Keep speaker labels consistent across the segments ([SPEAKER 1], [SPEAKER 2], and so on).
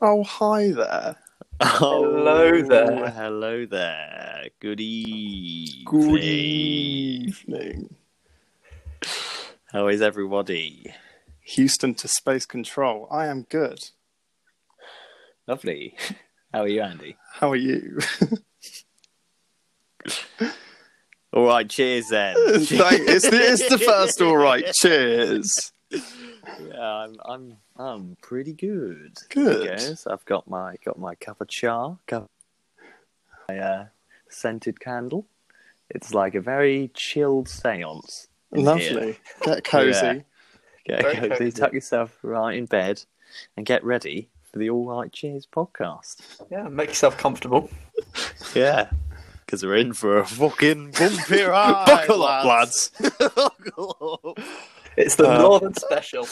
[SPEAKER 1] Oh, hi there.
[SPEAKER 2] Hello there.
[SPEAKER 3] Oh, Hello there. Good evening.
[SPEAKER 1] Good evening.
[SPEAKER 3] How is everybody?
[SPEAKER 1] Houston to Space Control. I am good.
[SPEAKER 3] Lovely. How are you, Andy?
[SPEAKER 1] How are you?
[SPEAKER 3] All right. Cheers, then.
[SPEAKER 1] it's, the, it's the first all right. Cheers.
[SPEAKER 3] Yeah, I'm. I'm. I'm pretty good.
[SPEAKER 1] Good.
[SPEAKER 3] I guess. I've got my got my cup of char, cup, my uh, scented candle. It's like a very chilled séance. in here.
[SPEAKER 1] Lovely. Get cozy.
[SPEAKER 3] Yeah. Get
[SPEAKER 2] Very
[SPEAKER 3] cozy,
[SPEAKER 2] cozy.
[SPEAKER 3] tuck yourself right in bed, and get ready for the All Right Cheers podcast.
[SPEAKER 2] Yeah, make yourself comfortable.
[SPEAKER 3] Yeah, because we're in for a fucking bumpy ride.
[SPEAKER 1] Buckle up, lads.
[SPEAKER 3] Buckle up.
[SPEAKER 2] It's the
[SPEAKER 1] Uh,
[SPEAKER 2] Northern Special.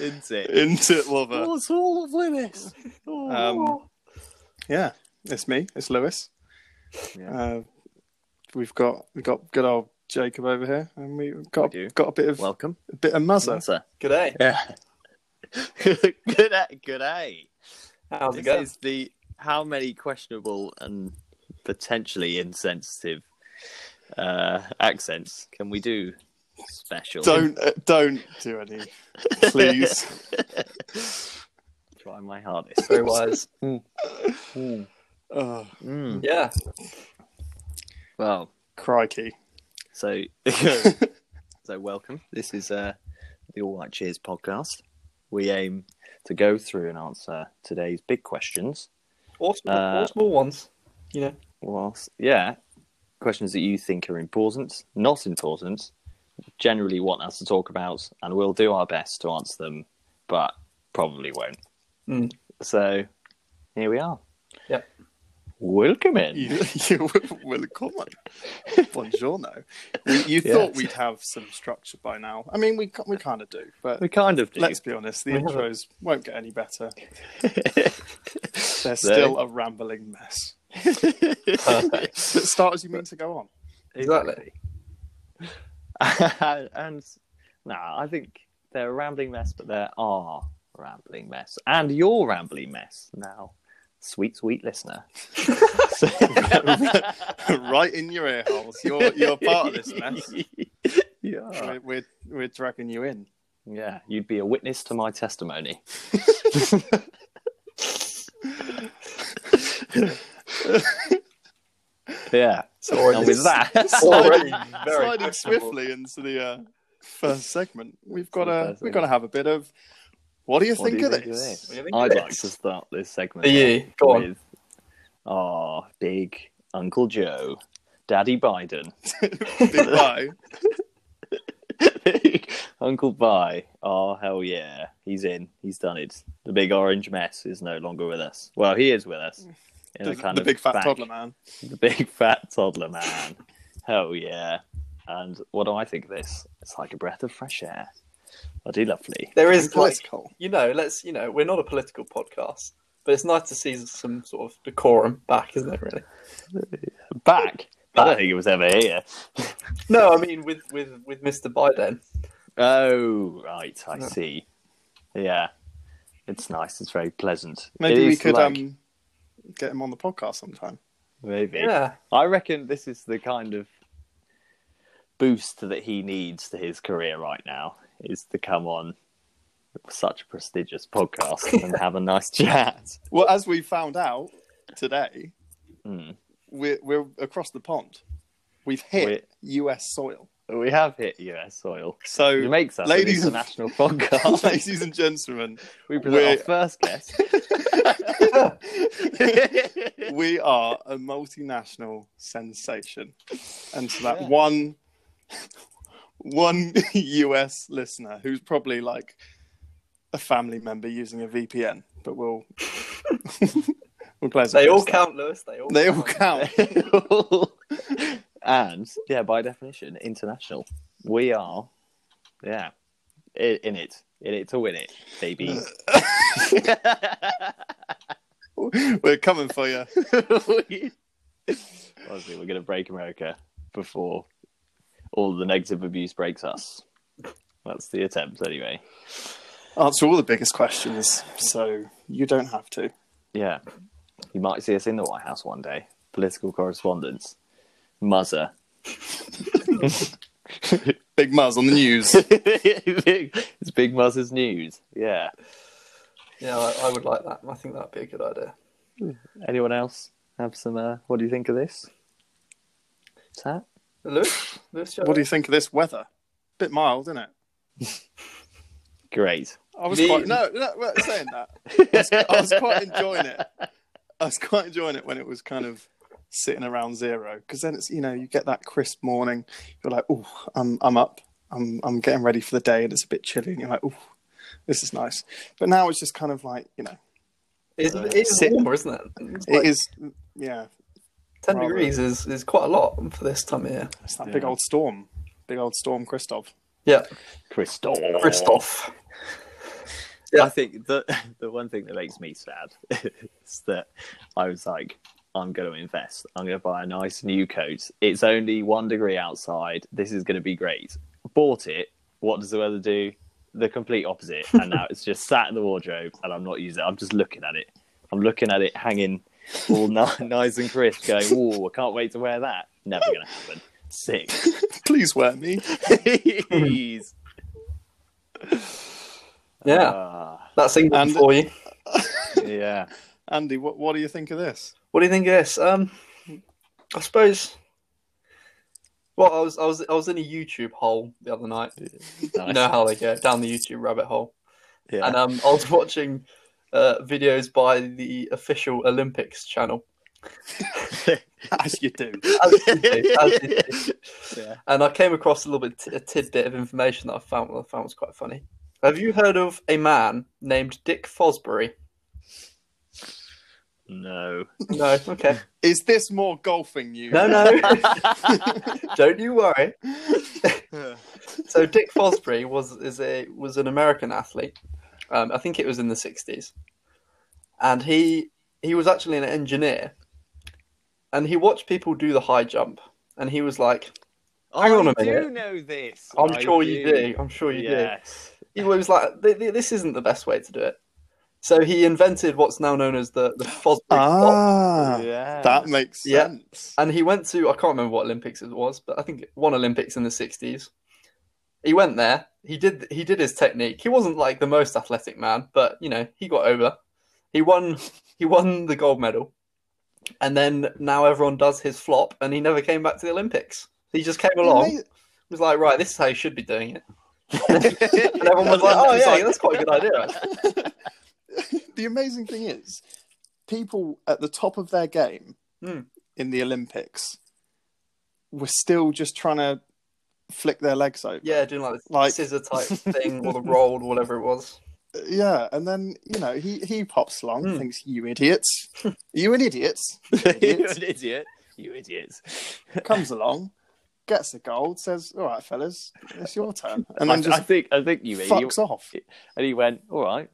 [SPEAKER 3] Isn't it?
[SPEAKER 1] Into it, lover.
[SPEAKER 3] What's Oh, all of this? Oh.
[SPEAKER 1] Um, yeah, it's me. It's Lewis.
[SPEAKER 3] Yeah.
[SPEAKER 1] Uh, we've got we've got good old Jacob over here, and we've got
[SPEAKER 3] We do. mm.
[SPEAKER 1] got a bit of
[SPEAKER 3] Welcome,
[SPEAKER 1] a bit of muzzer.
[SPEAKER 3] Mazza.
[SPEAKER 2] Good day.
[SPEAKER 3] Yeah. good day. Good day.
[SPEAKER 2] How's it
[SPEAKER 3] This
[SPEAKER 2] going?
[SPEAKER 3] is the how many questionable and potentially insensitive uh, accents can we do special?
[SPEAKER 1] Don't uh, don't do any, please.
[SPEAKER 3] try my hardest.
[SPEAKER 2] Very wise.
[SPEAKER 1] oh,
[SPEAKER 3] Mm.
[SPEAKER 2] Yeah.
[SPEAKER 3] Well,
[SPEAKER 1] crikey.
[SPEAKER 3] so so welcome. This is uh, the All Right Cheers podcast. We aim to go through and answer today's big questions.
[SPEAKER 2] Or small,
[SPEAKER 3] Uh,
[SPEAKER 2] or small ones. You know.
[SPEAKER 3] Whilst, yeah, questions that you think are important, not important, generally want us to talk about, and we'll do our best to answer them, but probably won't.
[SPEAKER 1] Hmm.
[SPEAKER 2] Mm.
[SPEAKER 3] So here we are.
[SPEAKER 2] Yep.
[SPEAKER 3] Welcome in.
[SPEAKER 1] You, you will come on. Buongiorno. We, you
[SPEAKER 3] Yeah.
[SPEAKER 1] thought we'd have some structure by now. I mean, we ki- we kind of do, but
[SPEAKER 3] we kind of do.
[SPEAKER 1] let's be honest, the
[SPEAKER 2] We haven't.
[SPEAKER 1] intros won't get any better. They're
[SPEAKER 3] They're
[SPEAKER 1] still a rambling mess. But start as you mean to go on.
[SPEAKER 2] Exactly.
[SPEAKER 3] and no, I think they're a rambling mess, but there are a rambling mess, and you're a rambling mess now, sweet sweet listener. So-
[SPEAKER 1] right in your ear holes. You're you're part of this mess.
[SPEAKER 3] Yeah.
[SPEAKER 1] We're, we're we're dragging you in.
[SPEAKER 3] yeah, you'd be a witness to my testimony. yeah,
[SPEAKER 2] So already,
[SPEAKER 3] and with that,
[SPEAKER 2] already very
[SPEAKER 1] Sliding
[SPEAKER 2] questionable.
[SPEAKER 1] swiftly into the uh, first segment, we've got to
[SPEAKER 3] First
[SPEAKER 1] we've got to have a bit of. What do you
[SPEAKER 3] What do
[SPEAKER 1] think
[SPEAKER 3] you
[SPEAKER 1] of
[SPEAKER 3] think of
[SPEAKER 1] this?
[SPEAKER 3] this?
[SPEAKER 2] You think
[SPEAKER 3] I'd
[SPEAKER 2] it
[SPEAKER 3] like
[SPEAKER 2] is?
[SPEAKER 3] to start this segment.
[SPEAKER 2] Are you? Go on.
[SPEAKER 3] with our big Uncle Joe, Daddy Biden,
[SPEAKER 1] Big bye.
[SPEAKER 3] Uncle Bi. Oh hell yeah, he's in. He's done it. The big orange mess is no longer with us. Well, he is with us. In
[SPEAKER 1] The,
[SPEAKER 3] a kind
[SPEAKER 1] the
[SPEAKER 3] of
[SPEAKER 1] big fat
[SPEAKER 3] back-
[SPEAKER 1] toddler man.
[SPEAKER 3] The big fat toddler man. hell yeah. And what do I think of this? It's like a breath of fresh air. Bloody lovely.
[SPEAKER 2] There is like,
[SPEAKER 1] Political.
[SPEAKER 2] you know, let's you know, we're not a political podcast, but it's nice to see some sort of decorum back, isn't it? Really?
[SPEAKER 3] Back. I don't think it was ever here.
[SPEAKER 2] No, I mean with with with Mr. Biden.
[SPEAKER 3] Oh, right, I
[SPEAKER 2] Yeah.
[SPEAKER 3] see. Yeah, it's nice. It's very pleasant.
[SPEAKER 1] Maybe
[SPEAKER 3] It
[SPEAKER 1] we
[SPEAKER 3] is
[SPEAKER 1] could
[SPEAKER 3] like-
[SPEAKER 1] um, get him on the podcast sometime.
[SPEAKER 3] Maybe.
[SPEAKER 2] Yeah.
[SPEAKER 3] I reckon this is the kind of boost that he needs to his career right now. Is to come on such a prestigious podcast and have a nice chat.
[SPEAKER 1] Well, as we found out today,
[SPEAKER 3] Hmm.
[SPEAKER 1] we're, we're across the pond. We've hit US soil.
[SPEAKER 3] We have hit US soil. It
[SPEAKER 1] So,
[SPEAKER 3] makes us
[SPEAKER 1] ladies
[SPEAKER 3] ladies an
[SPEAKER 1] and-
[SPEAKER 3] international podcast.
[SPEAKER 1] ladies and gentlemen,
[SPEAKER 3] We present
[SPEAKER 1] We're-
[SPEAKER 3] our first guest.
[SPEAKER 1] we are a multinational sensation. And to that
[SPEAKER 3] Yeah.
[SPEAKER 1] one one US listener who's probably like a family member using a VPN, but we'll we'll play as a
[SPEAKER 2] They all
[SPEAKER 1] first step.
[SPEAKER 2] count, Lewis. They all
[SPEAKER 1] They all count.
[SPEAKER 3] and yeah, by definition, international. We are, yeah, i- in it, in it to win it, baby.
[SPEAKER 1] We're coming for you.
[SPEAKER 3] Honestly, we're gonna break America before all the negative abuse breaks us. That's the attempt, anyway.
[SPEAKER 1] answer all the biggest questions, so you don't have to.
[SPEAKER 3] Yeah. You might see us in the White House one day. Political correspondence. Muzzer.
[SPEAKER 1] Big Muzz on the news.
[SPEAKER 3] it's Big Muzzer's news. Yeah.
[SPEAKER 2] Yeah, I, I would like that. I think that'd be a good idea.
[SPEAKER 3] Anyone else have some? Uh, what do you think of this? What's that?
[SPEAKER 2] Lewis, Lewis,
[SPEAKER 1] what do you think of this weather? Bit mild, isn't it?
[SPEAKER 3] Great.
[SPEAKER 1] I was
[SPEAKER 2] Me-
[SPEAKER 1] quite no, no well, saying that. I was quite enjoying it. I was quite enjoying it when it was kind of sitting around zero because then it's you know you get that crisp morning. You're like, oh, I'm I'm up. I'm I'm getting ready for the day, and it's a bit chilly, and you're like, oh, this is nice. But now it's just kind of like you know,
[SPEAKER 2] It's,
[SPEAKER 3] Uh,
[SPEAKER 2] it's
[SPEAKER 1] sit-
[SPEAKER 2] warmer, isn't it? It's
[SPEAKER 1] it
[SPEAKER 2] like
[SPEAKER 1] is yeah,
[SPEAKER 2] Ten
[SPEAKER 1] rather-
[SPEAKER 2] degrees is, is quite a lot for this time of year.
[SPEAKER 1] it's that big
[SPEAKER 3] Yeah.
[SPEAKER 1] old storm, big old storm, Christoph.
[SPEAKER 2] Yeah,
[SPEAKER 3] Christoph.
[SPEAKER 2] Christoph.
[SPEAKER 3] I think the the one thing that makes me sad is that I was like, I'm going to invest. I'm going to buy a nice new coat. It's only one degree outside. This is going to be great. Bought it. What does the weather do? The complete opposite. And now it's just sat in the wardrobe, and I'm not using it. I'm just looking at it. I'm looking at it hanging all ni- nice and crisp. Going, oh, I can't wait to wear that. Never going to happen. Sick.
[SPEAKER 1] Please wear me.
[SPEAKER 3] Jeez.
[SPEAKER 2] Yeah,
[SPEAKER 3] Ah,
[SPEAKER 2] that's England
[SPEAKER 1] and-
[SPEAKER 2] for you.
[SPEAKER 3] yeah.
[SPEAKER 1] Andy, what what do you think of this?
[SPEAKER 2] What do you think of this? Um, I suppose. Well, I was I was I was in a YouTube hole the other night. You
[SPEAKER 3] Nice.
[SPEAKER 2] know how they go down the YouTube rabbit hole.
[SPEAKER 3] Yeah.
[SPEAKER 2] And um, I was watching uh, videos by the official Olympics channel,
[SPEAKER 1] As you do.
[SPEAKER 2] As you do, as you do.
[SPEAKER 3] Yeah.
[SPEAKER 2] and I came across a little bit a tidbit of information that I found I found was quite funny. Have you heard of a man named Dick Fosbury?
[SPEAKER 3] No.
[SPEAKER 2] No. Okay.
[SPEAKER 1] Is this more golfing news?
[SPEAKER 2] No, no. Don't you worry.
[SPEAKER 1] no.
[SPEAKER 2] So Dick Fosbury was is a was an American athlete. Um, I think it was in the sixties, and he he was actually an engineer, and he watched people do the high jump, and he was like, "Hang on a
[SPEAKER 3] I
[SPEAKER 2] minute,
[SPEAKER 3] do know this.
[SPEAKER 2] I'm
[SPEAKER 3] I
[SPEAKER 2] sure you do. I'm sure you do."
[SPEAKER 3] yes.
[SPEAKER 2] he was like, "Th- th- "This isn't the best way to do it." So he invented what's now known as the the Fosbury stop,
[SPEAKER 1] Ah,
[SPEAKER 3] Yeah.
[SPEAKER 1] that makes
[SPEAKER 2] Yeah.
[SPEAKER 1] sense.
[SPEAKER 2] and he went to I can't remember what Olympics it was, but I think one Olympics in the sixties. He went there. He did he did his technique. He wasn't like the most athletic man, but you know he got over. He won he won the gold medal, and then now everyone does his flop, and he never came back to the Olympics. He just came along.
[SPEAKER 1] Ama-
[SPEAKER 2] was like, right, this is how you should be doing it. And everyone was like, oh
[SPEAKER 1] It's
[SPEAKER 2] yeah,
[SPEAKER 1] like-
[SPEAKER 2] that's quite a good idea. actually."
[SPEAKER 1] the amazing thing is, people at the top of their game
[SPEAKER 2] Hmm.
[SPEAKER 1] in the Olympics were still just trying to flick their legs over.
[SPEAKER 2] Yeah, doing like the
[SPEAKER 1] Like-
[SPEAKER 2] scissor type thing or the roll or whatever it was.
[SPEAKER 1] Yeah, and then you know he he pops along,
[SPEAKER 2] Hmm.
[SPEAKER 1] thinks you idiots, you an idiot, You
[SPEAKER 3] You're
[SPEAKER 1] idiot.
[SPEAKER 3] an idiot. You idiots.
[SPEAKER 1] comes along, gets a gold, says, "All right, fellas, it's your turn," and
[SPEAKER 3] I,
[SPEAKER 1] then
[SPEAKER 3] I
[SPEAKER 1] just
[SPEAKER 3] think I think you mean. you-
[SPEAKER 1] fucks off.
[SPEAKER 3] and he went, all right.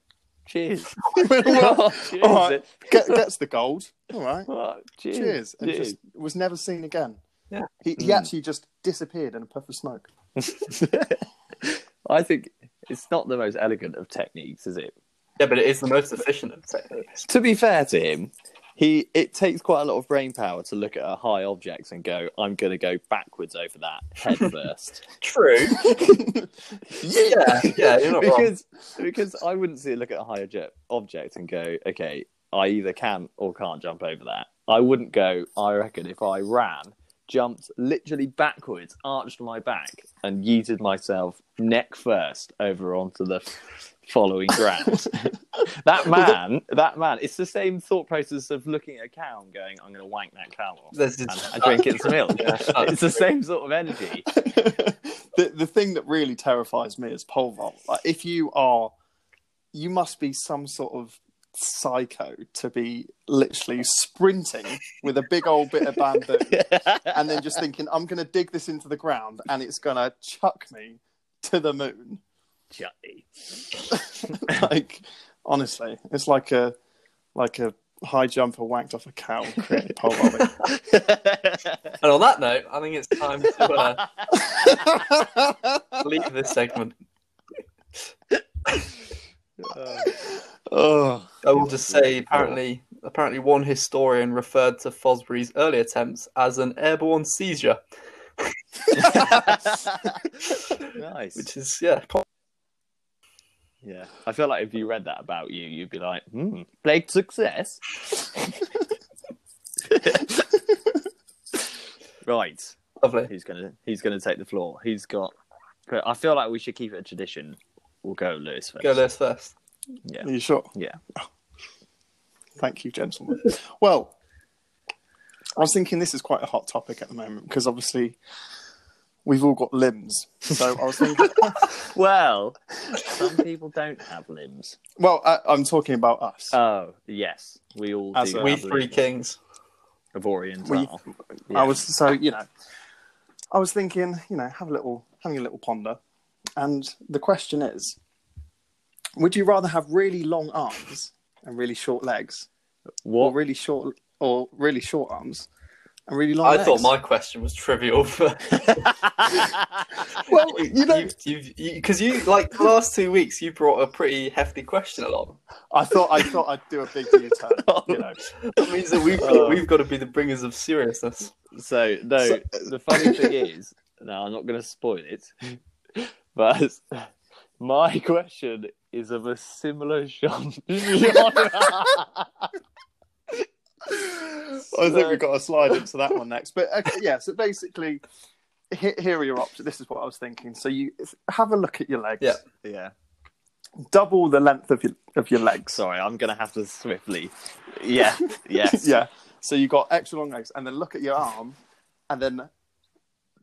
[SPEAKER 3] Cheers.
[SPEAKER 1] Well,
[SPEAKER 3] cheers.
[SPEAKER 1] all right. Get, gets the gold. All right.
[SPEAKER 3] All right, Cheers.
[SPEAKER 1] Cheers. And
[SPEAKER 3] Cheers.
[SPEAKER 1] just was never seen again.
[SPEAKER 2] Yeah.
[SPEAKER 1] He, he
[SPEAKER 3] Mm.
[SPEAKER 1] actually just disappeared in a puff of smoke.
[SPEAKER 3] I think it's not the most elegant of techniques, is it?
[SPEAKER 2] Yeah, but it is the most efficient of techniques.
[SPEAKER 3] to be fair to him, he it takes quite a lot of brain power to look at a high objects and go, "I'm going to go backwards over that head first.
[SPEAKER 2] True. yeah, yeah, you're not wrong.
[SPEAKER 3] because because I wouldn't see look at a high object object and go, "Okay, I either can or can't jump over that." I wouldn't go. I reckon if I ran, jumped literally backwards, arched my back, and yeeted myself neck first over onto the following ground. That man, that man, it's the same thought process of looking at a cow and going, I'm going to wank that cow off
[SPEAKER 2] There's
[SPEAKER 3] and,
[SPEAKER 2] this-
[SPEAKER 3] and drink its milk.
[SPEAKER 2] Yeah.
[SPEAKER 3] It's the same sort of energy.
[SPEAKER 1] the, the thing that really terrifies me is pole vault. Like, if you are, you must be some sort of psycho to be literally sprinting with a big old bit of bamboo and then just thinking, I'm going to dig this into the ground and it's going to chuck me to the moon.
[SPEAKER 3] Chutney.
[SPEAKER 1] like honestly, it's like a like a high jumper whacked off a cow created pole vaulting.
[SPEAKER 2] And on that note, I think it's time to uh, leave this segment.
[SPEAKER 1] Oh,
[SPEAKER 2] I will just say, apparently, apparently, one historian referred to Fosbury's early attempts as an airborne seizure,
[SPEAKER 3] nice.
[SPEAKER 2] which is yeah, quite-
[SPEAKER 3] Yeah, I feel like if you read that about you, you'd be like, hmm, played success. right,
[SPEAKER 2] lovely.
[SPEAKER 3] who's gonna who's gonna take the floor? Who's got? I feel like we should keep it a tradition. We'll go Lewis first.
[SPEAKER 2] Go Lewis first.
[SPEAKER 1] are you sure?
[SPEAKER 3] Yeah.
[SPEAKER 1] Thank you, gentlemen. Well, I was thinking this is quite a hot topic at the moment because obviously we've all got limbs. So I was thinking,
[SPEAKER 3] Well, some people don't have limbs.
[SPEAKER 1] well, I, I'm talking about us.
[SPEAKER 3] Oh, yes, we all
[SPEAKER 1] As
[SPEAKER 3] do.
[SPEAKER 1] a-
[SPEAKER 2] We
[SPEAKER 3] have
[SPEAKER 2] three
[SPEAKER 3] limbs.
[SPEAKER 2] kings.
[SPEAKER 3] of Orient.
[SPEAKER 1] We-
[SPEAKER 3] are.
[SPEAKER 1] I was so you know, I was thinking, you know, have a little, having a little ponder, and the question is, would you rather have really long arms and really short legs, or
[SPEAKER 3] what?
[SPEAKER 1] really short or really short arms and really long?
[SPEAKER 2] I
[SPEAKER 1] legs?
[SPEAKER 2] thought my question was trivial. but
[SPEAKER 1] well, you know,
[SPEAKER 2] You've, you've, you, because you like the last two weeks, you brought a pretty hefty question along.
[SPEAKER 1] I thought I thought I'd do a big U-turn. You know,
[SPEAKER 2] That means that we've
[SPEAKER 3] Oh.
[SPEAKER 2] we've got to be the bringers of seriousness.
[SPEAKER 3] So no,
[SPEAKER 1] So-
[SPEAKER 3] the funny thing is, now I'm not going to spoil it, but my question is of a similar genre.
[SPEAKER 1] I think we've got to slide into that one next. But okay, yeah, so basically, he- here are your options. This is what I was thinking. So you have a look at your legs.
[SPEAKER 2] Yeah.
[SPEAKER 3] yeah,
[SPEAKER 1] Double the length of your of your legs.
[SPEAKER 3] sorry, I'm going to have to swiftly. Yeah, yes,
[SPEAKER 1] yeah. So you got extra long legs, and then look at your arm, and then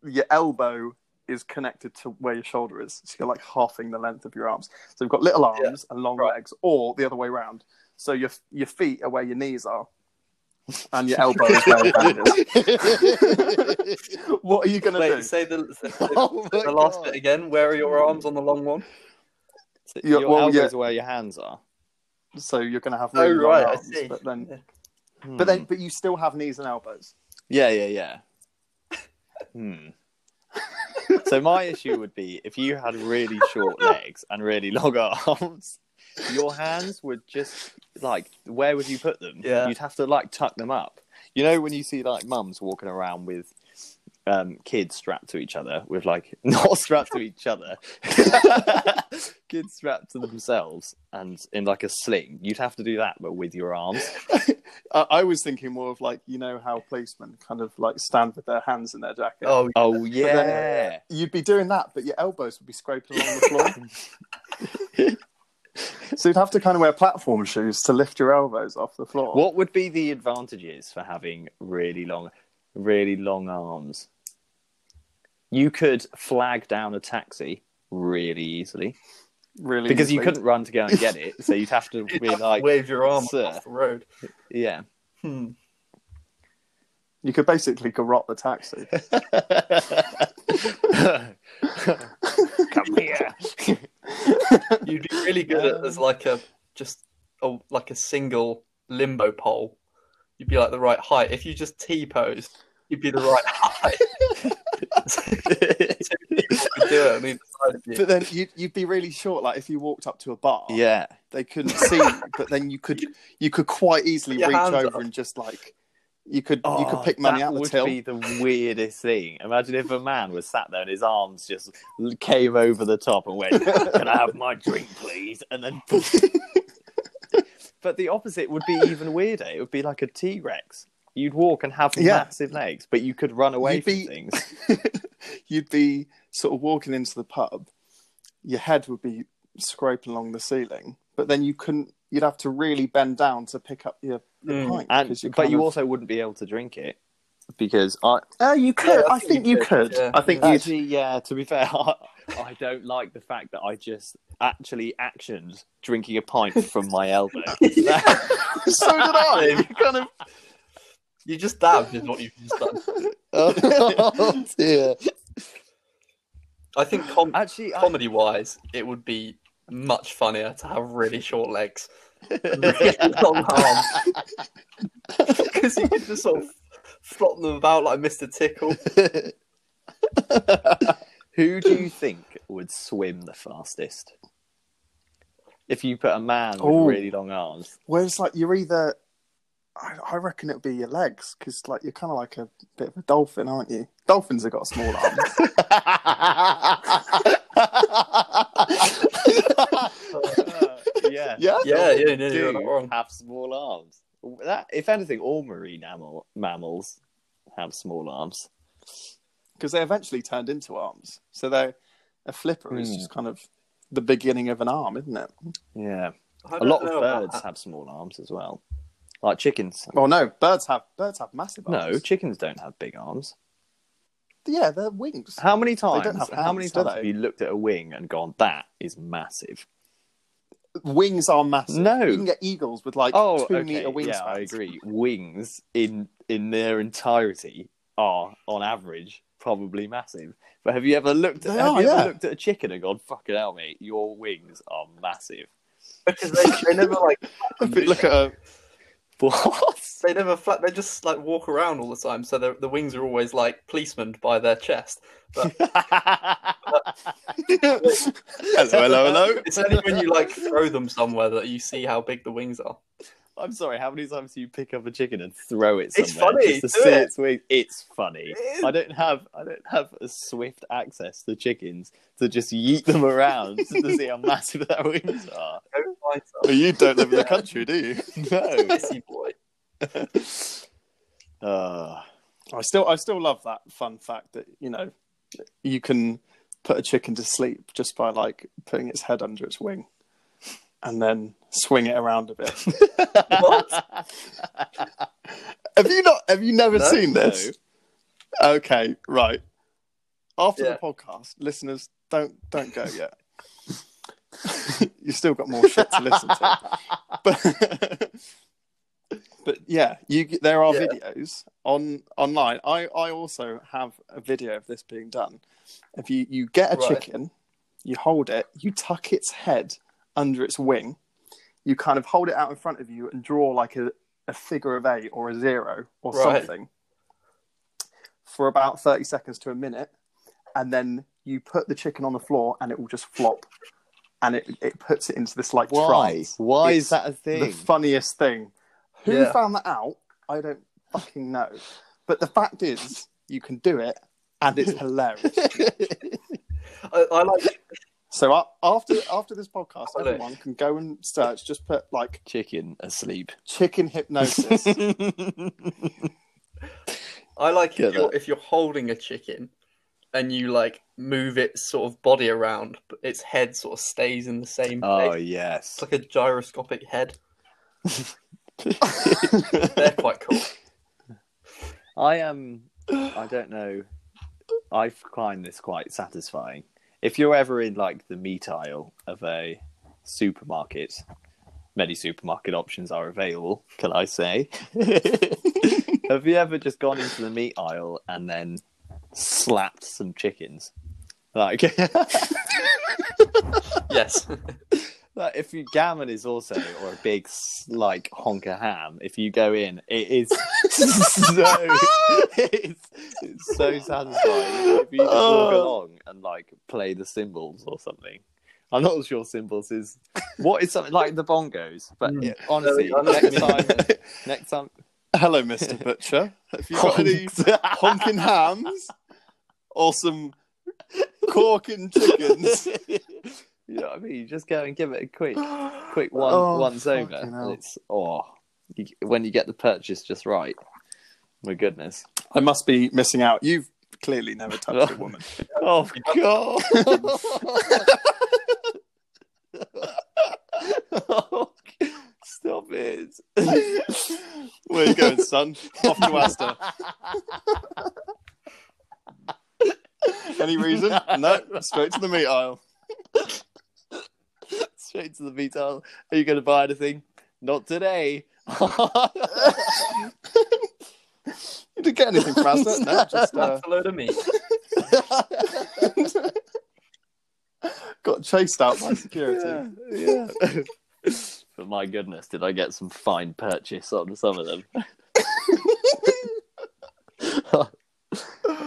[SPEAKER 1] your elbow is connected to where your shoulder is. So you're like halving the length of your arms. So you've got little arms and long
[SPEAKER 2] Right.
[SPEAKER 1] legs, or the other way around. So your your feet are where your knees are, and your elbow is where your hand is. What are you gonna
[SPEAKER 2] Wait,
[SPEAKER 1] do?
[SPEAKER 2] say the, say the,
[SPEAKER 3] Oh
[SPEAKER 2] the last bit again. Where are
[SPEAKER 1] Hmm.
[SPEAKER 2] your arms on the long one?
[SPEAKER 3] Your
[SPEAKER 1] Yeah, well,
[SPEAKER 3] elbows
[SPEAKER 1] yeah.
[SPEAKER 3] are where your hands are.
[SPEAKER 1] So you're gonna have
[SPEAKER 2] Oh,
[SPEAKER 1] really long
[SPEAKER 2] right, I
[SPEAKER 1] arms,
[SPEAKER 2] see.
[SPEAKER 1] but then
[SPEAKER 3] Hmm.
[SPEAKER 1] but then but you still have knees and elbows.
[SPEAKER 3] Yeah, yeah, yeah. Hmm. so my issue would be if you had really short legs and really long arms, your hands would just like where would you put them?
[SPEAKER 2] Yeah.
[SPEAKER 3] You'd have to like tuck them up. You know when you see like mums walking around with um, kids strapped to each other with like not strapped to each other, kids strapped to themselves and in like a sling. You'd have to do that, but with your arms.
[SPEAKER 1] I, I was thinking more of like you know how policemen kind of like stand with their hands in their jacket.
[SPEAKER 2] Oh,
[SPEAKER 3] Oh
[SPEAKER 1] then-
[SPEAKER 3] yeah.
[SPEAKER 1] You'd be doing that, but your elbows would be scraped along the floor. so you'd have to kind of wear platform shoes to lift your elbows off the floor.
[SPEAKER 3] What would be the advantages for having really long, really long arms? You could flag down a taxi really easily
[SPEAKER 1] Really?
[SPEAKER 3] because you
[SPEAKER 1] easily.
[SPEAKER 3] couldn't run to go and get it, so you'd have to
[SPEAKER 2] you'd
[SPEAKER 3] be
[SPEAKER 2] have to
[SPEAKER 3] like,
[SPEAKER 2] wave your arm
[SPEAKER 3] "Sir."
[SPEAKER 2] across the road.
[SPEAKER 3] yeah.
[SPEAKER 2] Hmm.
[SPEAKER 1] You could basically garrot the taxi.
[SPEAKER 3] Come here.
[SPEAKER 2] You'd be really good at as like a just a, like a single limbo pole. You'd be like the right height. If you just T pose, you'd be the right height. People could do it on either side of you.
[SPEAKER 1] but then you'd, you'd be really short. Like if you walked up to a bar,
[SPEAKER 3] yeah.
[SPEAKER 1] they couldn't see. you, But then you could you could quite easily
[SPEAKER 2] Your
[SPEAKER 1] reach
[SPEAKER 2] hands
[SPEAKER 1] over
[SPEAKER 2] up.
[SPEAKER 1] and just like you could you
[SPEAKER 3] Oh,
[SPEAKER 1] could pick money
[SPEAKER 3] that
[SPEAKER 1] out the
[SPEAKER 3] would
[SPEAKER 1] till.
[SPEAKER 3] be the weirdest thing. Imagine if a man was sat there and his arms just came over the top and went, "Can I have my drink, please?" And then, but the opposite would be even weirder. It would be like a T Rex. You'd walk and have
[SPEAKER 1] Yeah.
[SPEAKER 3] massive legs, but you could run away
[SPEAKER 1] You'd
[SPEAKER 3] from
[SPEAKER 1] be-
[SPEAKER 3] things.
[SPEAKER 1] you'd be sort of walking into the pub, your head would be scraping along the ceiling, but then you couldn't. You'd have to really bend down to pick up your, your
[SPEAKER 2] Mm.
[SPEAKER 1] pint.
[SPEAKER 3] And
[SPEAKER 1] 'cause you're
[SPEAKER 3] but
[SPEAKER 1] kind
[SPEAKER 3] you
[SPEAKER 1] of-
[SPEAKER 3] also wouldn't be able to drink it because I
[SPEAKER 1] Oh, you
[SPEAKER 2] could.
[SPEAKER 1] could.
[SPEAKER 2] Yeah,
[SPEAKER 1] I think you could.
[SPEAKER 2] Yeah.
[SPEAKER 1] I think you'd.
[SPEAKER 3] actually, yeah. To be fair, I, I don't like the fact that I just actually actioned drinking a pint from my elbow.
[SPEAKER 1] so did I. You kind of.
[SPEAKER 2] You just dabbed is what you've just done.
[SPEAKER 3] oh dear.
[SPEAKER 2] I think com-
[SPEAKER 3] Actually, I,
[SPEAKER 2] comedy wise, it would be much funnier to have really short legs, really
[SPEAKER 3] yeah,
[SPEAKER 2] long arms, because you could just sort of flop them about like Mr. Tickle.
[SPEAKER 3] who do you think would swim the fastest? If you put a man
[SPEAKER 1] Oh.
[SPEAKER 3] with really long arms,
[SPEAKER 1] Whereas, like, you're either, I, I reckon it'd be your legs because, like, you're kind of like a bit of a dolphin, aren't you? Dolphins have got small arms.
[SPEAKER 3] Uh, yeah,
[SPEAKER 1] yeah.
[SPEAKER 2] Yeah, yeah, yeah, you're not
[SPEAKER 3] do
[SPEAKER 2] wrong.
[SPEAKER 3] have small arms. That, if anything, all marine mammal, mammals have small arms.
[SPEAKER 1] Because they eventually turned into arms. So they a flipper is
[SPEAKER 3] Hmm.
[SPEAKER 1] just kind of the beginning of an arm, isn't it?
[SPEAKER 3] Yeah,
[SPEAKER 2] I
[SPEAKER 3] a
[SPEAKER 2] don't
[SPEAKER 3] lot
[SPEAKER 2] know
[SPEAKER 3] of
[SPEAKER 2] about
[SPEAKER 3] birds
[SPEAKER 2] that.
[SPEAKER 3] have small arms as well, like chickens.
[SPEAKER 1] Well, no, birds have birds have massive arms.
[SPEAKER 3] No, chickens don't have big arms.
[SPEAKER 1] yeah, they're wings.
[SPEAKER 3] How many
[SPEAKER 1] don't
[SPEAKER 3] times?
[SPEAKER 1] have
[SPEAKER 3] how many
[SPEAKER 1] hands, do
[SPEAKER 3] times have
[SPEAKER 1] they?
[SPEAKER 3] you looked at a wing and gone, "That is massive"?
[SPEAKER 1] Wings are massive.
[SPEAKER 3] No.
[SPEAKER 1] you can get eagles with like
[SPEAKER 3] Oh,
[SPEAKER 1] two
[SPEAKER 3] okay.
[SPEAKER 1] meter wingspans.
[SPEAKER 3] yeah, I agree. Wings in in their entirety are, on average, probably massive. But have you ever looked? At,
[SPEAKER 1] They
[SPEAKER 3] have
[SPEAKER 1] are,
[SPEAKER 3] you
[SPEAKER 1] yeah.
[SPEAKER 3] ever looked at a chicken and gone, "Fucking hell, mate, your wings are massive"?
[SPEAKER 2] because they, they never like
[SPEAKER 1] Look at a,
[SPEAKER 3] What?
[SPEAKER 2] they never flat. They just like walk around all the time, so the the wings are always like policemaned by their chest. But
[SPEAKER 1] hello, hello, hello.
[SPEAKER 2] it's only when you like throw them somewhere that you see how big the wings are.
[SPEAKER 3] I'm sorry. How many times do you pick up a chicken and throw it
[SPEAKER 2] It's
[SPEAKER 3] somewhere
[SPEAKER 2] funny,
[SPEAKER 3] just to
[SPEAKER 2] do
[SPEAKER 3] see
[SPEAKER 2] it.
[SPEAKER 3] its wings? It's funny.
[SPEAKER 2] It is.
[SPEAKER 3] I don't have I don't have a swift access to chickens to just yeet them around to see how massive their wings are.
[SPEAKER 2] Go find some.
[SPEAKER 1] But you don't live in the country, do you?
[SPEAKER 3] No.
[SPEAKER 2] Pissy boy.
[SPEAKER 3] Uh,
[SPEAKER 1] I still, I still love that fun fact that you know you can put a chicken to sleep just by like putting its head under its wing and then swing it around a bit.
[SPEAKER 2] What?
[SPEAKER 1] have you not? Have you never
[SPEAKER 2] No.
[SPEAKER 1] seen this? Okay, right. After
[SPEAKER 2] Yeah.
[SPEAKER 1] the podcast, listeners, don't don't go yet. You've still got more shit to listen to. but but yeah, you there are
[SPEAKER 2] Yeah.
[SPEAKER 1] videos on online. I I also have a video of this being done. If you you get a
[SPEAKER 2] Right.
[SPEAKER 1] chicken, you hold it, you tuck its head under its wing, you kind of hold it out in front of you and draw like a a figure of eight or a zero or
[SPEAKER 2] Right.
[SPEAKER 1] something for about thirty seconds to a minute, and then you put the chicken on the floor and it will just flop. And it, it puts it into this like
[SPEAKER 3] Why?
[SPEAKER 1] trance
[SPEAKER 3] Why
[SPEAKER 1] It's
[SPEAKER 3] is that a
[SPEAKER 1] the
[SPEAKER 3] thing?
[SPEAKER 1] funniest thing. Who
[SPEAKER 2] Yeah.
[SPEAKER 1] found that out? I don't fucking know. But the fact is, you can do it, and it's hilarious.
[SPEAKER 2] I, I like
[SPEAKER 1] so a- after after this podcast,
[SPEAKER 2] Hello.
[SPEAKER 1] everyone can go and search. Just put like
[SPEAKER 3] Chicken asleep.
[SPEAKER 1] chicken hypnosis.
[SPEAKER 2] I like
[SPEAKER 3] Get
[SPEAKER 2] if you're, if you're holding a chicken and you like move its sort of body around, but its head sort of stays in the same place.
[SPEAKER 3] oh yes.
[SPEAKER 2] It's like a gyroscopic head. They're quite cool.
[SPEAKER 3] I am. I don't know. I find this quite satisfying. If you're ever in like the meat aisle of a supermarket, many supermarket options are available. Can I say? Have you ever just gone into the meat aisle and then slapped some chickens? Like,
[SPEAKER 2] Yes.
[SPEAKER 3] like if you gammon is also or a big s- like honker ham. If you go in, it is so it's, it's so satisfying. If you just walk
[SPEAKER 1] Oh.
[SPEAKER 3] along and like play the cymbals or something. I'm not sure cymbals is what is something like the bongos, but
[SPEAKER 2] Mm.
[SPEAKER 3] it- honestly,
[SPEAKER 2] I know what
[SPEAKER 3] next
[SPEAKER 2] you mean.
[SPEAKER 3] time, next time,
[SPEAKER 1] Hello, Mister Butcher. Have you got any honking hams or some corking chickens?
[SPEAKER 3] you know what I mean? You just go and give it a quick,
[SPEAKER 1] Quick
[SPEAKER 3] quick one,
[SPEAKER 1] Oh,
[SPEAKER 3] once over.
[SPEAKER 1] fucking
[SPEAKER 3] and
[SPEAKER 1] hell.
[SPEAKER 3] it's oh, you, when you get the purchase just right, my goodness.
[SPEAKER 1] I must be missing out. You've clearly never touched a woman.
[SPEAKER 3] Oh god! Stop it!
[SPEAKER 1] Where you going, son? Off to Asda. Any reason? No. Straight to the meat aisle.
[SPEAKER 3] Straight to the meat aisle. Are you going to buy anything? Not today.
[SPEAKER 1] You didn't get anything from Asda. No, just uh,
[SPEAKER 2] That's a load of meat.
[SPEAKER 1] got chased out by security.
[SPEAKER 3] yeah, yeah. but my goodness, did I get some fine purchase on some of them?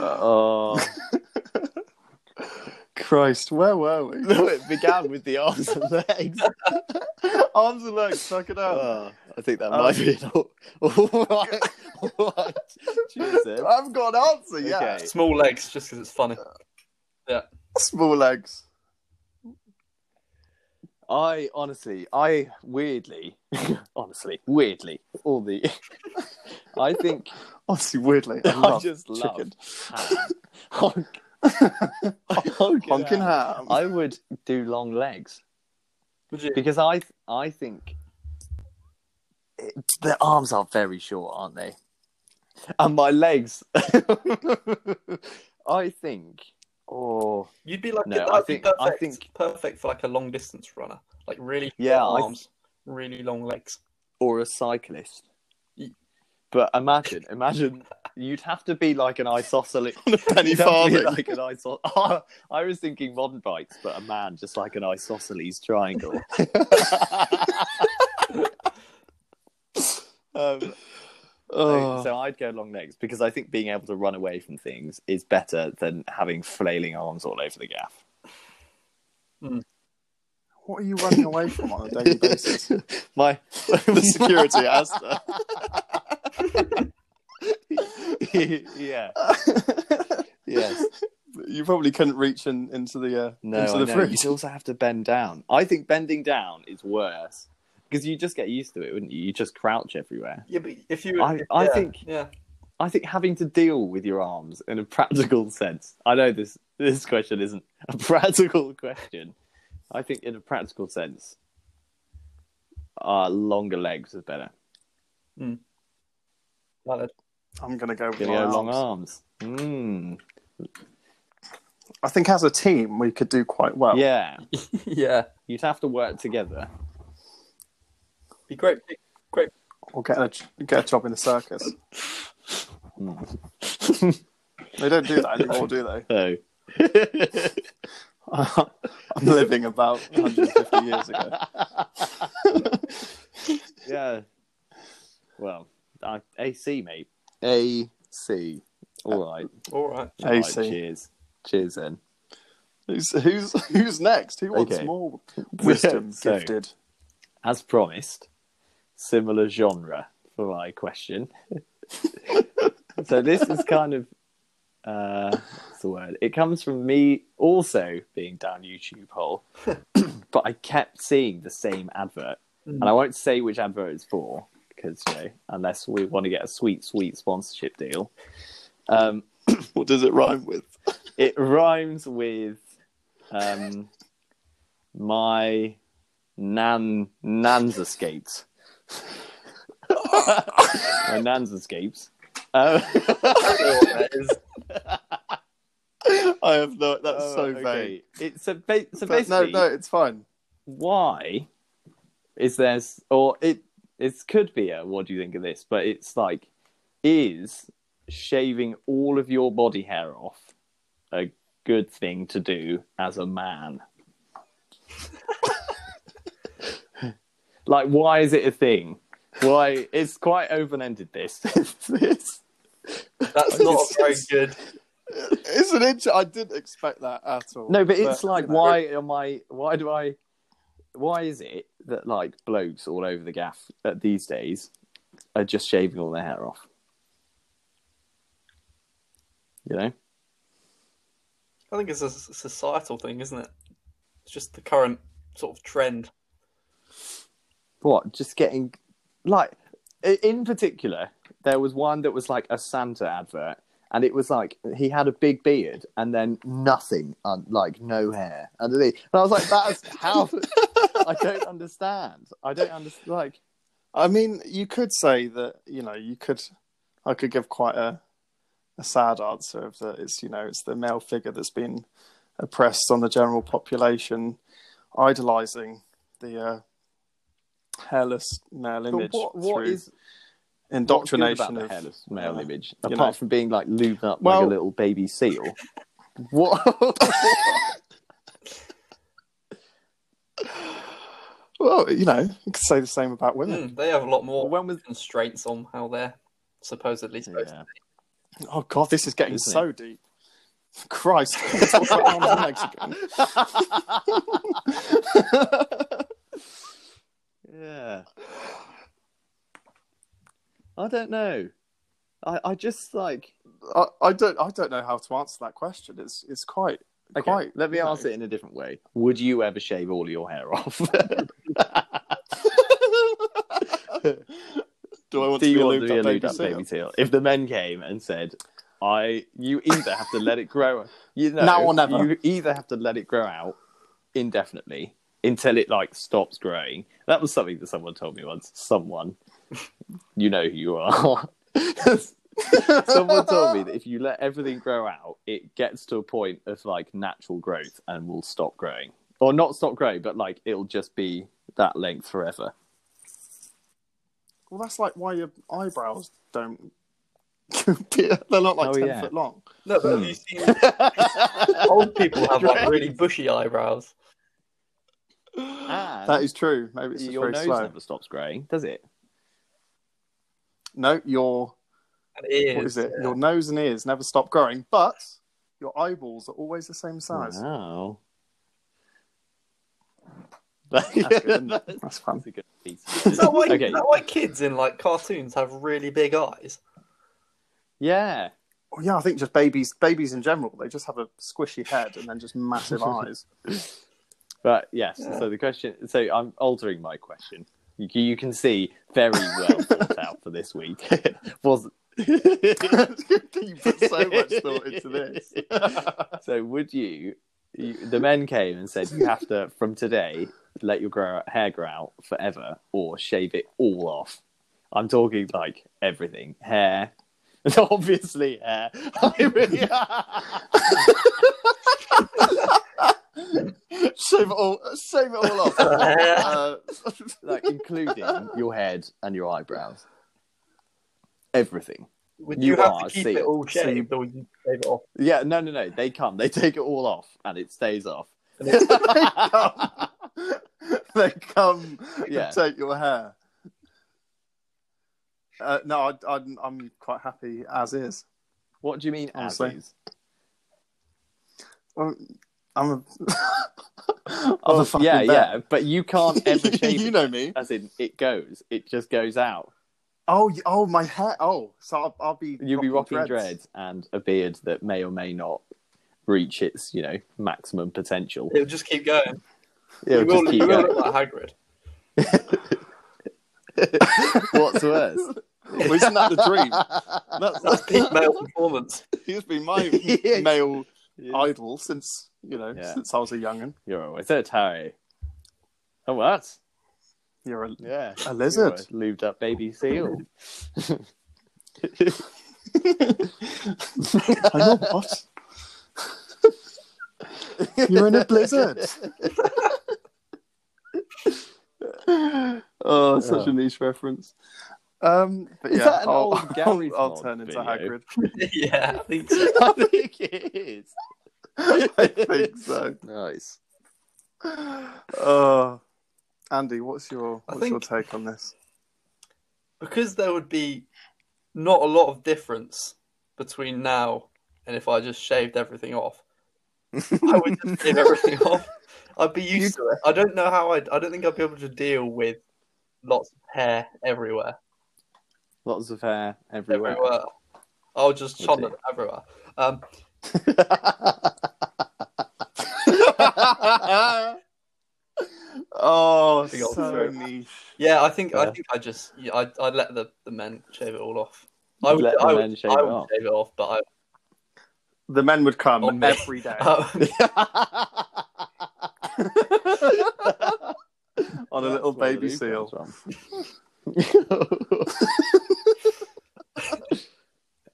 [SPEAKER 3] oh,
[SPEAKER 1] Christ, where were we?
[SPEAKER 3] No, it began with the arms and legs.
[SPEAKER 1] Arms and legs, suck it up.
[SPEAKER 3] Oh, I think that
[SPEAKER 1] Um,
[SPEAKER 3] might be an all, all right. All right. Cheers, Em.
[SPEAKER 1] I haven't got an answer yet.
[SPEAKER 3] Okay.
[SPEAKER 2] Small legs, just because it's funny.
[SPEAKER 1] Small legs.
[SPEAKER 3] I honestly, I weirdly, honestly, weirdly, all the. I think
[SPEAKER 1] Honestly, weirdly, I,
[SPEAKER 3] I
[SPEAKER 1] love
[SPEAKER 3] just love
[SPEAKER 1] chicken.
[SPEAKER 3] ham. Honk,
[SPEAKER 1] Honking
[SPEAKER 3] ham.
[SPEAKER 1] ham.
[SPEAKER 3] I would do long legs
[SPEAKER 2] Would you?
[SPEAKER 3] because I, I think it, the arms are very short, aren't they? And my legs, I think. Oh
[SPEAKER 2] You'd be like,
[SPEAKER 3] No,
[SPEAKER 2] that
[SPEAKER 3] I
[SPEAKER 2] would be
[SPEAKER 3] think- I
[SPEAKER 2] perfect-
[SPEAKER 3] think-
[SPEAKER 2] perfect for like a long distance runner, like really
[SPEAKER 3] Yeah,
[SPEAKER 2] long
[SPEAKER 3] I-
[SPEAKER 2] arms, really long legs.
[SPEAKER 3] or a cyclist.
[SPEAKER 2] Ye-
[SPEAKER 3] But imagine, imagine you'd have to be like an isosceles,
[SPEAKER 1] penny
[SPEAKER 3] you'd have to be
[SPEAKER 1] farthing.
[SPEAKER 3] like an isosceles. I was thinking modern bikes, but a man just like an isosceles triangle. um,
[SPEAKER 1] Oh.
[SPEAKER 3] So I'd go long legs because I think being able to run away from things is better than having flailing arms all over the gaff.
[SPEAKER 1] What are you running away from on a daily basis?
[SPEAKER 3] My
[SPEAKER 1] the security Asda.
[SPEAKER 3] yeah, yes.
[SPEAKER 1] You probably couldn't reach in, into the uh,
[SPEAKER 3] No,
[SPEAKER 1] into
[SPEAKER 3] I
[SPEAKER 1] the
[SPEAKER 3] know.
[SPEAKER 1] fridge.
[SPEAKER 3] you'd also have to bend down. I think bending down is worse because you just get used to it, wouldn't you? You just crouch everywhere.
[SPEAKER 2] Yeah, but if you,
[SPEAKER 3] I- I
[SPEAKER 2] yeah,
[SPEAKER 3] think-
[SPEAKER 2] yeah,
[SPEAKER 3] I think having to deal with your arms in a practical sense. I know this this question isn't a practical question. I think in a practical sense, uh, longer legs is better.
[SPEAKER 2] valid.
[SPEAKER 1] I'm gonna go with
[SPEAKER 3] Gonna
[SPEAKER 1] my
[SPEAKER 3] go
[SPEAKER 1] arms.
[SPEAKER 3] long arms. Mm.
[SPEAKER 1] I think as a team we could do quite well.
[SPEAKER 3] Yeah,
[SPEAKER 2] yeah,
[SPEAKER 3] you'd have to work together.
[SPEAKER 2] be great. big-
[SPEAKER 1] Or get a get a job in the circus. Hmm. they don't do that anymore, do they?
[SPEAKER 3] So,
[SPEAKER 1] I'm living about 150 years ago.
[SPEAKER 3] yeah. Well, I, AC, mate. AC. All right.
[SPEAKER 2] All right.
[SPEAKER 3] All right,
[SPEAKER 1] AC.
[SPEAKER 3] cheers. Cheers, then.
[SPEAKER 1] Who's who's who's next? Who wants
[SPEAKER 3] Okay.
[SPEAKER 1] more wisdom
[SPEAKER 3] So-
[SPEAKER 1] gifted?
[SPEAKER 3] As promised, similar genre for my question. so this is kind of uh, what's the word? It comes from me also being down YouTube hole, but I kept seeing the same advert, and I won't say which advert it's for because you know, unless we want to get a sweet, sweet sponsorship deal. Um,
[SPEAKER 1] What does it rhyme with?
[SPEAKER 3] it rhymes with um, my nan nan's escapes. my nan's escapes. Um,
[SPEAKER 2] That is-
[SPEAKER 1] I have no. That's so vague.
[SPEAKER 3] okay. It's a ba- so
[SPEAKER 1] Oh, But no,
[SPEAKER 3] basically
[SPEAKER 1] no, it's fine.
[SPEAKER 3] why is there s- or it it could be a what do you think of this? But it's like is shaving all of your body hair off a good thing to do as a man? like, why is it a thing? Why? It's quite open ended, this. this.
[SPEAKER 2] that's not a very good.
[SPEAKER 1] It's an inch. I didn't expect that at all.
[SPEAKER 3] No, but it's like,
[SPEAKER 1] you know.
[SPEAKER 3] why am I? Why do I? Why is it that like blokes all over the gaff uh, these days are just shaving all their hair off? You know,
[SPEAKER 2] I think it's a s- societal thing, isn't it? It's just the current sort of trend.
[SPEAKER 3] what? Just getting like, i- in particular, there was one that was like a Santa advert, and it was like he had a big beard and then nothing, un- like no hair underneath. And I was like, that's how. I don't understand. I don't understand. Like,
[SPEAKER 1] I mean, you could say that. You know, you could. I could give quite a a sad answer of that. It's you know, it's the male figure that's been oppressed on the general population, idolizing the uh, hairless male
[SPEAKER 3] but
[SPEAKER 1] image
[SPEAKER 3] what? What
[SPEAKER 1] through
[SPEAKER 3] is? What's good
[SPEAKER 1] indoctrination
[SPEAKER 3] about
[SPEAKER 1] of
[SPEAKER 3] the hairless male
[SPEAKER 1] yeah.
[SPEAKER 3] image,
[SPEAKER 1] You
[SPEAKER 3] apart
[SPEAKER 1] know.
[SPEAKER 3] from being like lubed up like
[SPEAKER 1] Well-
[SPEAKER 3] a little baby seal. what?
[SPEAKER 1] Well, you know, you could say the same about women.
[SPEAKER 3] Hmm.
[SPEAKER 2] Mm, they have a lot more
[SPEAKER 3] when was?
[SPEAKER 2] constraints on how they're supposedly supposed
[SPEAKER 3] Yeah.
[SPEAKER 1] Oh God, this is getting
[SPEAKER 3] Isn't
[SPEAKER 1] so deep. Christ, that's what's right on the Mexican.
[SPEAKER 3] yeah. I don't know. I, I just like
[SPEAKER 1] I, I don't I don't know how to answer that question. It's it's quite
[SPEAKER 3] okay,
[SPEAKER 1] quite.
[SPEAKER 3] let me
[SPEAKER 1] you know.
[SPEAKER 3] ask it in a different way. Would you ever shave all your hair off?
[SPEAKER 1] Do I want
[SPEAKER 3] Do
[SPEAKER 1] to
[SPEAKER 3] you
[SPEAKER 1] be a
[SPEAKER 3] want to
[SPEAKER 1] lubed
[SPEAKER 3] be a
[SPEAKER 1] up baby?
[SPEAKER 3] lubed up
[SPEAKER 1] seal?
[SPEAKER 3] baby seal? If the men came and said, "I," you either have to let it grow, you know,
[SPEAKER 1] Now or never.
[SPEAKER 3] You either have to let it grow out indefinitely until it like stops growing. That was something that someone told me once. Someone, you know who you are. someone told me that if you let everything grow out, it gets to a point of like natural growth and will stop growing, or not stop growing, but like it'll just be that length forever.
[SPEAKER 1] Well, that's like why your eyebrows don't. They're not like
[SPEAKER 3] Oh,
[SPEAKER 1] ten
[SPEAKER 3] yeah.
[SPEAKER 1] foot long.
[SPEAKER 2] No,
[SPEAKER 3] Hmm.
[SPEAKER 2] but have you seen old people have like really bushy eyebrows?
[SPEAKER 1] that is true. Maybe it's just
[SPEAKER 3] Your
[SPEAKER 1] very
[SPEAKER 3] nose
[SPEAKER 1] slow.
[SPEAKER 3] never stops growing, does it?
[SPEAKER 1] No, your
[SPEAKER 2] And ears.
[SPEAKER 1] what is it? Your nose and ears never stop growing, but your eyeballs are always the same size.
[SPEAKER 3] Wow.
[SPEAKER 1] That's good, isn't it? That's fun.
[SPEAKER 3] That's a good piece.
[SPEAKER 2] Is that, why, is
[SPEAKER 3] okay.
[SPEAKER 2] that why kids in like cartoons have really big eyes?
[SPEAKER 3] Yeah.
[SPEAKER 1] Oh, yeah, I think just babies, babies in general, they just have a squishy head and then just massive eyes.
[SPEAKER 3] But yes,
[SPEAKER 2] Yeah.
[SPEAKER 3] so the question so I'm altering my question. You, can- you can see very well thought out for this week. Was
[SPEAKER 1] you put so much thought into this.
[SPEAKER 3] so would you, you the men came and said you have to from today let your grow, hair grow out forever or shave it all off. I'm talking like everything. Hair. Obviously hair. I really
[SPEAKER 1] shave it all, shave it all off. Uh,
[SPEAKER 3] like including your head and your eyebrows. Everything.
[SPEAKER 2] Would
[SPEAKER 3] You
[SPEAKER 2] you, have
[SPEAKER 3] are
[SPEAKER 2] to keep
[SPEAKER 3] sealed.
[SPEAKER 2] it all
[SPEAKER 1] So you-
[SPEAKER 2] shaved, or would you shave it off?
[SPEAKER 3] Yeah, no, no, no. They come. They take it all off, and it stays off.
[SPEAKER 1] they come
[SPEAKER 3] Yeah.
[SPEAKER 1] and take your hair. Uh, no, I, I, I'm quite happy as is.
[SPEAKER 3] What do you mean, as
[SPEAKER 1] Honestly.
[SPEAKER 3] is?
[SPEAKER 1] I'm a, I'm
[SPEAKER 3] Oh,
[SPEAKER 1] a fucking
[SPEAKER 3] yeah,
[SPEAKER 1] bear.
[SPEAKER 3] yeah. But you can't ever shave.
[SPEAKER 1] you
[SPEAKER 3] it.
[SPEAKER 1] know me.
[SPEAKER 3] As in, it goes. It just goes out.
[SPEAKER 1] Oh, y- oh, my hair. Oh, so I'll, I'll be.
[SPEAKER 3] You'll be rocking dreads. and a beard that may or may not reach its, you know, maximum potential.
[SPEAKER 2] It'll just keep going.
[SPEAKER 3] It'll
[SPEAKER 2] you will,
[SPEAKER 3] just
[SPEAKER 2] you
[SPEAKER 3] keep
[SPEAKER 2] will
[SPEAKER 3] going.
[SPEAKER 2] look like Hagrid.
[SPEAKER 3] What's worse?
[SPEAKER 1] Well, isn't that the dream?
[SPEAKER 3] That's
[SPEAKER 2] That's peak male performance.
[SPEAKER 1] He's been my
[SPEAKER 3] Yeah.
[SPEAKER 1] male
[SPEAKER 3] I...
[SPEAKER 1] idol since you know
[SPEAKER 3] Yeah.
[SPEAKER 1] since I was a young'un.
[SPEAKER 3] You're always a Harry. Oh, what?
[SPEAKER 1] You're a
[SPEAKER 3] Yeah.
[SPEAKER 1] A lizard.
[SPEAKER 3] You're a lubed up baby seal.
[SPEAKER 1] I know what. You're in a blizzard. oh, such a niche reference. Um, but
[SPEAKER 3] Is
[SPEAKER 1] yeah,
[SPEAKER 3] that an
[SPEAKER 1] I'll,
[SPEAKER 3] old Gary's
[SPEAKER 1] I'll, I'll
[SPEAKER 3] Mod
[SPEAKER 1] turn into
[SPEAKER 3] video?
[SPEAKER 1] Hagrid.
[SPEAKER 2] yeah, I think so.
[SPEAKER 3] I think it is.
[SPEAKER 1] I think so.
[SPEAKER 3] Nice.
[SPEAKER 1] Uh, Andy, what's your
[SPEAKER 2] I
[SPEAKER 1] what's your
[SPEAKER 2] think-
[SPEAKER 1] take on this?
[SPEAKER 2] Because there would be not a lot of difference between now and if I just shaved everything off. I would just shave everything off. I'd be used to it. I don't know how I'd, I don't think I'd be able to deal with lots of hair everywhere.
[SPEAKER 3] Lots of hair everywhere.
[SPEAKER 2] everywhere. I'll Oh, just
[SPEAKER 3] Would
[SPEAKER 2] chum
[SPEAKER 3] you?
[SPEAKER 2] it everywhere. Um,
[SPEAKER 1] oh,
[SPEAKER 2] Big old
[SPEAKER 1] so
[SPEAKER 2] throat.
[SPEAKER 1] niche.
[SPEAKER 2] yeah, I think
[SPEAKER 3] Yeah.
[SPEAKER 2] I think I just yeah, I I let the, the men shave it all off. I would
[SPEAKER 3] Let the
[SPEAKER 2] I would,
[SPEAKER 3] men shave
[SPEAKER 2] I
[SPEAKER 3] it
[SPEAKER 2] would
[SPEAKER 3] off.
[SPEAKER 2] shave it off, but
[SPEAKER 1] The men would come
[SPEAKER 2] On me.
[SPEAKER 1] every day
[SPEAKER 2] I, um,
[SPEAKER 1] on a
[SPEAKER 3] That's
[SPEAKER 1] little
[SPEAKER 3] where the
[SPEAKER 1] baby
[SPEAKER 3] loop
[SPEAKER 1] seal.
[SPEAKER 3] comes from.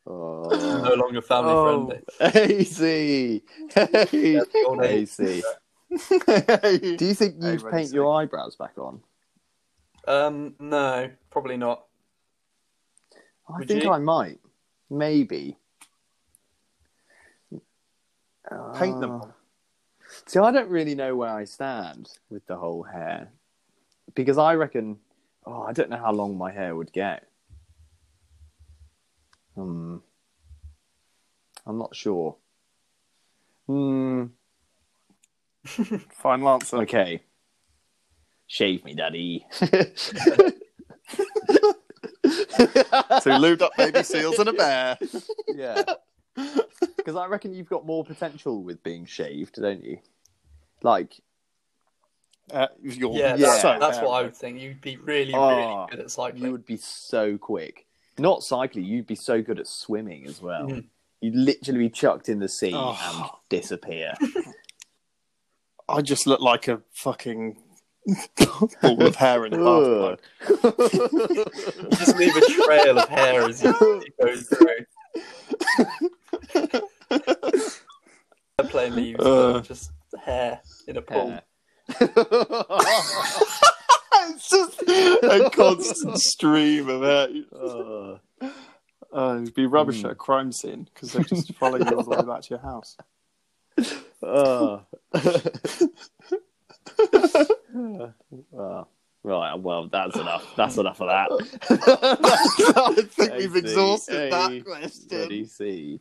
[SPEAKER 3] oh.
[SPEAKER 2] no longer family
[SPEAKER 1] Oh.
[SPEAKER 2] friendly.
[SPEAKER 3] AC. Hey.
[SPEAKER 2] Yeah, the old age.
[SPEAKER 3] AC. Do
[SPEAKER 1] I
[SPEAKER 3] you think
[SPEAKER 1] Hey, wait
[SPEAKER 3] you'd
[SPEAKER 1] a
[SPEAKER 3] paint your eyebrows back on?
[SPEAKER 2] Um, no, probably not.
[SPEAKER 3] I
[SPEAKER 2] Would
[SPEAKER 3] think
[SPEAKER 2] you?
[SPEAKER 3] I might. Maybe.
[SPEAKER 1] Paint them
[SPEAKER 3] Ah.
[SPEAKER 1] on.
[SPEAKER 3] See, I don't really know where I stand with the whole hair. Because I reckon, oh, I don't know how long my hair would get. Hmm. I'm not sure. Hmm.
[SPEAKER 1] Final answer.
[SPEAKER 3] Okay. Shave me, daddy.
[SPEAKER 1] Two lubed up baby seals and a bear.
[SPEAKER 3] yeah. Because I reckon you've got more potential with being shaved, don't you? Like,
[SPEAKER 1] Uh, you're
[SPEAKER 2] Yeah,
[SPEAKER 3] Yeah.
[SPEAKER 2] that's,
[SPEAKER 1] so
[SPEAKER 2] that's
[SPEAKER 1] bad.
[SPEAKER 2] what I would think. You'd be really, really
[SPEAKER 3] Oh,
[SPEAKER 2] good at cycling.
[SPEAKER 3] you would be so quick. Not cycling, you'd be so good at swimming as well.
[SPEAKER 2] Mhm.
[SPEAKER 3] You'd literally be chucked in the sea and
[SPEAKER 1] Mm-hmm. Oh.
[SPEAKER 3] disappear.
[SPEAKER 1] I just look like a fucking ball of hair in a
[SPEAKER 3] Ugh.
[SPEAKER 1] bath.
[SPEAKER 2] You just leave a trail of hair as you go through. Airplane leaves,
[SPEAKER 1] Uh.
[SPEAKER 2] just hair in a pool.
[SPEAKER 3] Hair.
[SPEAKER 1] It's just a constant stream of hair.
[SPEAKER 3] Ugh.
[SPEAKER 1] Uh, it'd be rubbish
[SPEAKER 3] Hmm.
[SPEAKER 1] at a crime scene because they just follow you all the way back to your house.
[SPEAKER 3] uh, Ugh. Ugh. uh, right, well, that's enough. That's enough of that.
[SPEAKER 1] I think
[SPEAKER 3] I
[SPEAKER 1] we've
[SPEAKER 3] see.
[SPEAKER 1] exhausted
[SPEAKER 3] Hey,
[SPEAKER 1] that question.
[SPEAKER 3] Bloody sea.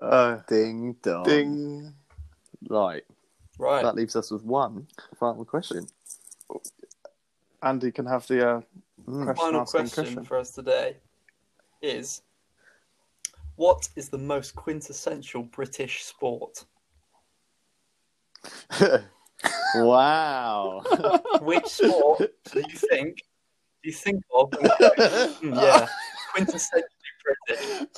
[SPEAKER 1] Uh,
[SPEAKER 3] Ding dong.
[SPEAKER 1] ding.
[SPEAKER 3] Right,
[SPEAKER 2] Right.
[SPEAKER 3] that leaves us with one final question.
[SPEAKER 1] Andy can have the uh,
[SPEAKER 3] Mm.
[SPEAKER 1] question
[SPEAKER 2] Final
[SPEAKER 1] asking
[SPEAKER 2] question
[SPEAKER 1] cushion.
[SPEAKER 2] for us today is what is the most quintessential British sport?
[SPEAKER 3] wow.
[SPEAKER 2] Which sport do you think do you think of? and go, "Hmm, yeah, quintessentially British.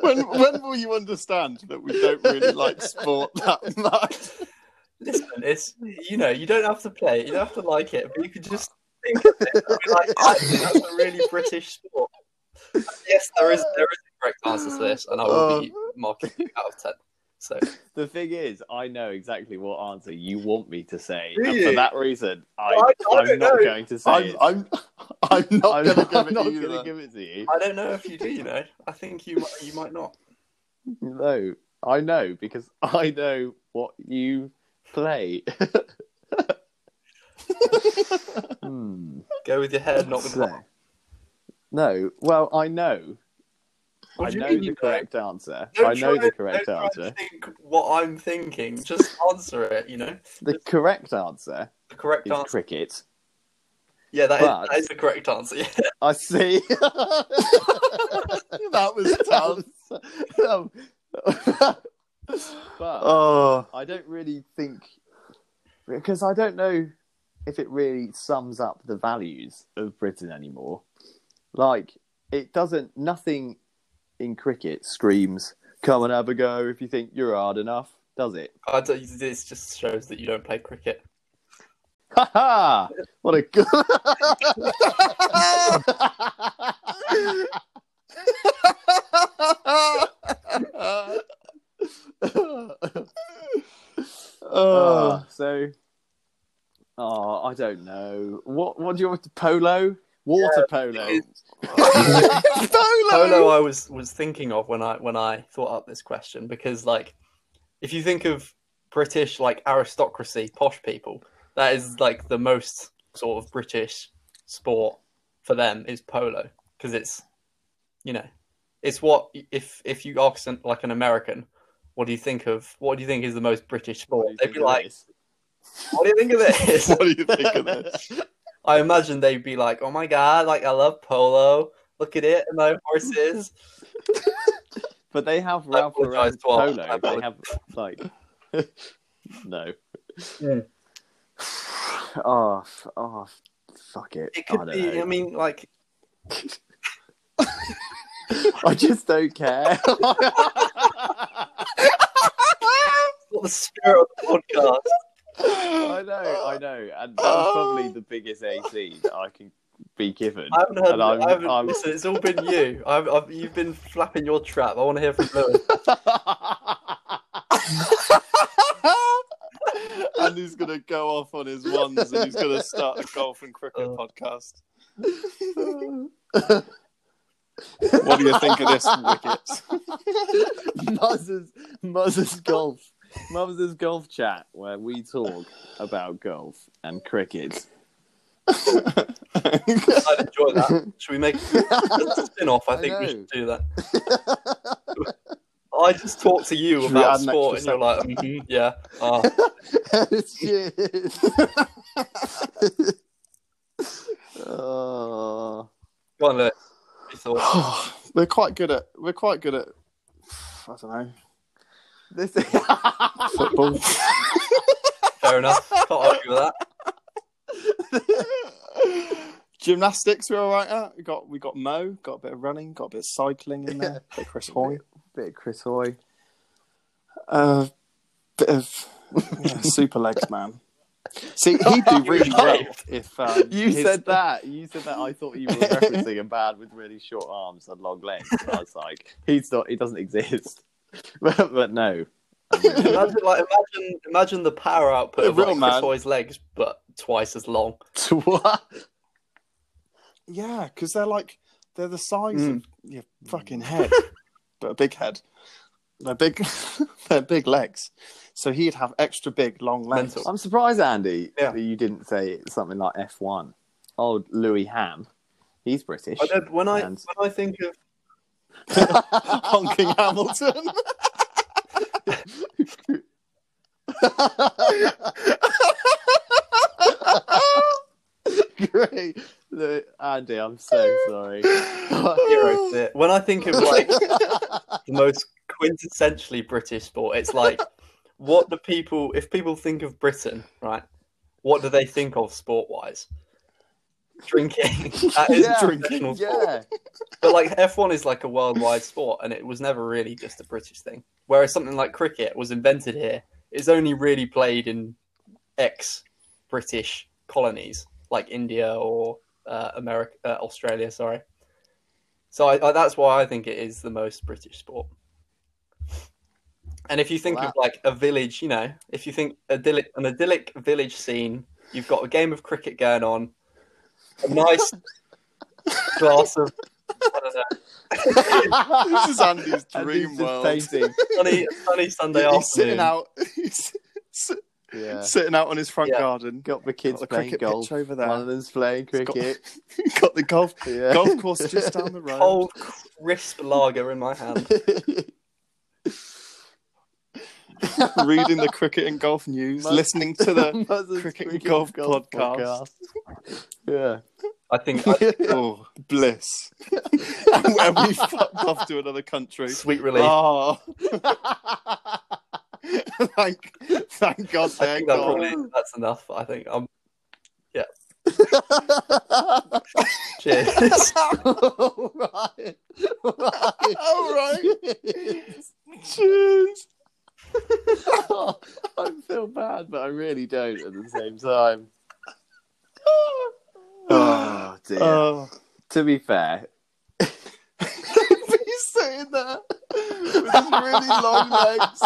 [SPEAKER 1] when when will you understand that we don't really like sport that much?
[SPEAKER 2] Listen, it's you know you don't have to play it, you don't have to like it, but you could just think of it. and be Like, I think that's a really British sport. Yes, there is there is a correct answer to this, and I will be marking you out of ten. So
[SPEAKER 3] the thing is, I know exactly what answer you want me to say,
[SPEAKER 2] Do
[SPEAKER 3] and for
[SPEAKER 2] you?
[SPEAKER 3] that reason, I,
[SPEAKER 2] Well, I- I
[SPEAKER 3] am
[SPEAKER 2] don't
[SPEAKER 3] not
[SPEAKER 2] know.
[SPEAKER 3] going to say
[SPEAKER 1] I'm
[SPEAKER 3] it.
[SPEAKER 1] I'm I'm not
[SPEAKER 3] I'm
[SPEAKER 1] gonna give
[SPEAKER 3] I'm
[SPEAKER 1] it
[SPEAKER 3] not
[SPEAKER 1] either.
[SPEAKER 3] gonna give it to you.
[SPEAKER 2] I don't know if you do. You know, I think you might, you might not.
[SPEAKER 3] No, I know because I know what you play. Hmm.
[SPEAKER 2] Go with your head, not with
[SPEAKER 3] So-
[SPEAKER 2] your heart.
[SPEAKER 3] No, well, I know.
[SPEAKER 2] What
[SPEAKER 3] I
[SPEAKER 2] do you
[SPEAKER 3] know
[SPEAKER 2] mean
[SPEAKER 3] the
[SPEAKER 2] you know?
[SPEAKER 3] correct answer.
[SPEAKER 2] Don't
[SPEAKER 3] I know
[SPEAKER 2] try-
[SPEAKER 3] the correct
[SPEAKER 2] don't try to
[SPEAKER 3] answer.
[SPEAKER 2] Think what I'm thinking. Just answer it. You know,
[SPEAKER 3] The correct answer
[SPEAKER 2] the correct
[SPEAKER 3] is
[SPEAKER 2] answer.
[SPEAKER 3] cricket.
[SPEAKER 2] yeah, that is,
[SPEAKER 3] but-
[SPEAKER 2] that is the correct answer. Yeah.
[SPEAKER 3] I see.
[SPEAKER 1] That was tough.
[SPEAKER 3] Um, but
[SPEAKER 1] Oh,
[SPEAKER 3] I don't really think because I don't know if it really sums up the values of Britain anymore. Like it doesn't. Nothing in cricket screams "Come and have a go" if you think you're hard enough, does it?
[SPEAKER 2] I don't, this just shows that you don't play cricket.
[SPEAKER 3] Ha ha! What a good.
[SPEAKER 1] oh.
[SPEAKER 3] so, oh, I don't know. What What do you want? Polo? Water polo?
[SPEAKER 2] Polo, Oh, I was was thinking of when I when I thought up this question because like, if you think of British like aristocracy, posh people, that is like the most sort of British sport for them is polo because it's, you know, it's what if if you ask an- like an American, what do you think of? What do you think is the most British
[SPEAKER 3] What
[SPEAKER 2] sport?
[SPEAKER 3] do you
[SPEAKER 2] They'd
[SPEAKER 3] think
[SPEAKER 2] be
[SPEAKER 3] of
[SPEAKER 2] like,
[SPEAKER 3] this?
[SPEAKER 2] what do you think of this?
[SPEAKER 1] What do you think of this?
[SPEAKER 2] I imagine they'd be like, "Oh my god, like I love polo. Look at it, and my horses."
[SPEAKER 3] But they have
[SPEAKER 2] I
[SPEAKER 3] Ralph
[SPEAKER 2] apologise
[SPEAKER 3] Lauren's
[SPEAKER 2] to our-
[SPEAKER 3] polo.
[SPEAKER 2] I
[SPEAKER 3] They
[SPEAKER 2] apologise.
[SPEAKER 3] have like no.
[SPEAKER 2] Yeah.
[SPEAKER 3] oh, f- oh, f- fuck it.
[SPEAKER 2] It
[SPEAKER 3] I
[SPEAKER 2] could
[SPEAKER 3] don't
[SPEAKER 2] be.
[SPEAKER 3] know.
[SPEAKER 2] I mean, like
[SPEAKER 3] I just don't care.
[SPEAKER 2] what the spirit of the podcast.
[SPEAKER 3] I know, I know, and that's probably the biggest AC that I can be given.
[SPEAKER 2] I haven't heard.
[SPEAKER 3] And I'm-
[SPEAKER 2] I haven't,
[SPEAKER 3] I'm-
[SPEAKER 2] Listen, it's all been you. I've, I've, you've been flapping your trap. I want to hear from Lewis.
[SPEAKER 1] and he's gonna go off on his ones, and he's gonna start a golf and cricket
[SPEAKER 2] Oh.
[SPEAKER 1] podcast. What do you think of this, wickets?
[SPEAKER 3] Muzz's Muzz's golf, Muzz's golf chat, where we talk about golf and cricket.
[SPEAKER 2] I'd enjoy that. Should we make a spin off? I
[SPEAKER 3] I
[SPEAKER 2] think we
[SPEAKER 3] know.
[SPEAKER 2] should do that. I just talk to you
[SPEAKER 1] Should we
[SPEAKER 2] about
[SPEAKER 1] add an
[SPEAKER 2] sport, and
[SPEAKER 1] extra
[SPEAKER 2] you're like, "Mhm, yeah. Oh,
[SPEAKER 1] Shit.
[SPEAKER 3] Oh.
[SPEAKER 1] Uh,
[SPEAKER 2] go on, Lewis. Your thoughts.
[SPEAKER 1] we're quite good at we're quite good at I don't know
[SPEAKER 3] This
[SPEAKER 1] football.
[SPEAKER 2] Fair enough. Can't argue with that.
[SPEAKER 1] Gymnastics, we're all right at. We got we got Mo, got a bit of running, got a bit of cycling in there. Bit of Chris Hoy,
[SPEAKER 3] bit of Chris Hoy.
[SPEAKER 1] uh, bit of yeah, super legs, man. See, he'd do really well if um,
[SPEAKER 3] You
[SPEAKER 1] his-
[SPEAKER 3] said that. You said that. I thought you were referencing a man with really short arms and long legs. And I was like, he's not. He doesn't exist. but, but no,
[SPEAKER 2] Imagine, like, imagine, imagine the power output
[SPEAKER 1] A
[SPEAKER 2] of like,
[SPEAKER 1] real
[SPEAKER 2] Chris
[SPEAKER 1] man.
[SPEAKER 2] Hoy's legs, but twice as long.
[SPEAKER 3] what?
[SPEAKER 1] Yeah, because they're like they're the size
[SPEAKER 3] Hmm.
[SPEAKER 1] of your fucking head, but a big head. They're big. they're big legs. So he'd have extra big long legs.
[SPEAKER 2] Mental.
[SPEAKER 3] I'm surprised, Andy,
[SPEAKER 2] Yeah.
[SPEAKER 3] that you didn't say something like F1. Oh, Louis Ham. He's British.
[SPEAKER 2] I don't, when I
[SPEAKER 3] And-
[SPEAKER 2] when I think of
[SPEAKER 1] Honking Hamilton.
[SPEAKER 3] Great. Lou- Andy, I'm so sorry.
[SPEAKER 2] hero shit, when I think of like the most quintessentially British sport, it's like what do people if people think of Britain, right? What do they think of sport wise? Drinking. That is
[SPEAKER 3] Yeah,
[SPEAKER 2] drinking.
[SPEAKER 3] yeah.
[SPEAKER 2] But like F1 is like a worldwide sport and it was never really just a British thing. Whereas something like cricket was invented here, it's only really played in ex British colonies like India or uh, America, uh, Australia, sorry. So I, I, that's why I think it is the most British sport. And if you think of like a village, you know, if you think idyllic, an idyllic village scene, you've got a game of cricket going on, a nice glass of I don't know,
[SPEAKER 1] this is Andy's
[SPEAKER 3] Andy's
[SPEAKER 1] dream
[SPEAKER 3] just
[SPEAKER 1] world.
[SPEAKER 3] painting.
[SPEAKER 2] sunny, sunny Sunday
[SPEAKER 1] He-
[SPEAKER 2] afternoon.
[SPEAKER 1] he's sitting out. He's s-
[SPEAKER 3] Yeah.
[SPEAKER 1] sitting out on his front
[SPEAKER 2] Yeah.
[SPEAKER 1] garden.
[SPEAKER 3] Got the kids
[SPEAKER 1] Got the
[SPEAKER 3] playing
[SPEAKER 1] cricket
[SPEAKER 3] golf.
[SPEAKER 1] pitch over
[SPEAKER 3] One of
[SPEAKER 1] there.
[SPEAKER 3] them's playing
[SPEAKER 1] It's got-
[SPEAKER 3] cricket.
[SPEAKER 1] Got the golf
[SPEAKER 3] Yeah.
[SPEAKER 1] golf course just down the road.
[SPEAKER 2] Cold, crisp lager in my hand.
[SPEAKER 1] Reading the cricket and golf news,
[SPEAKER 3] Must-
[SPEAKER 1] listening to the
[SPEAKER 3] Mother's
[SPEAKER 1] Cricket and Golf podcast.
[SPEAKER 3] podcast. yeah.
[SPEAKER 2] I think I,
[SPEAKER 1] oh bliss, and when we fucked off to another country.
[SPEAKER 2] sweet relief.
[SPEAKER 1] Oh, thank, thank God
[SPEAKER 2] I
[SPEAKER 1] they're
[SPEAKER 2] think that
[SPEAKER 1] gone.
[SPEAKER 2] probably that's enough. I think Um, I'm. Yeah. Cheers.
[SPEAKER 3] All right. All right.
[SPEAKER 1] All right, cheers.
[SPEAKER 3] Oh, I feel bad, but I really don't at the same time. Oh dear.
[SPEAKER 1] Oh.
[SPEAKER 3] to be fair,
[SPEAKER 1] He's sitting there with his really long legs.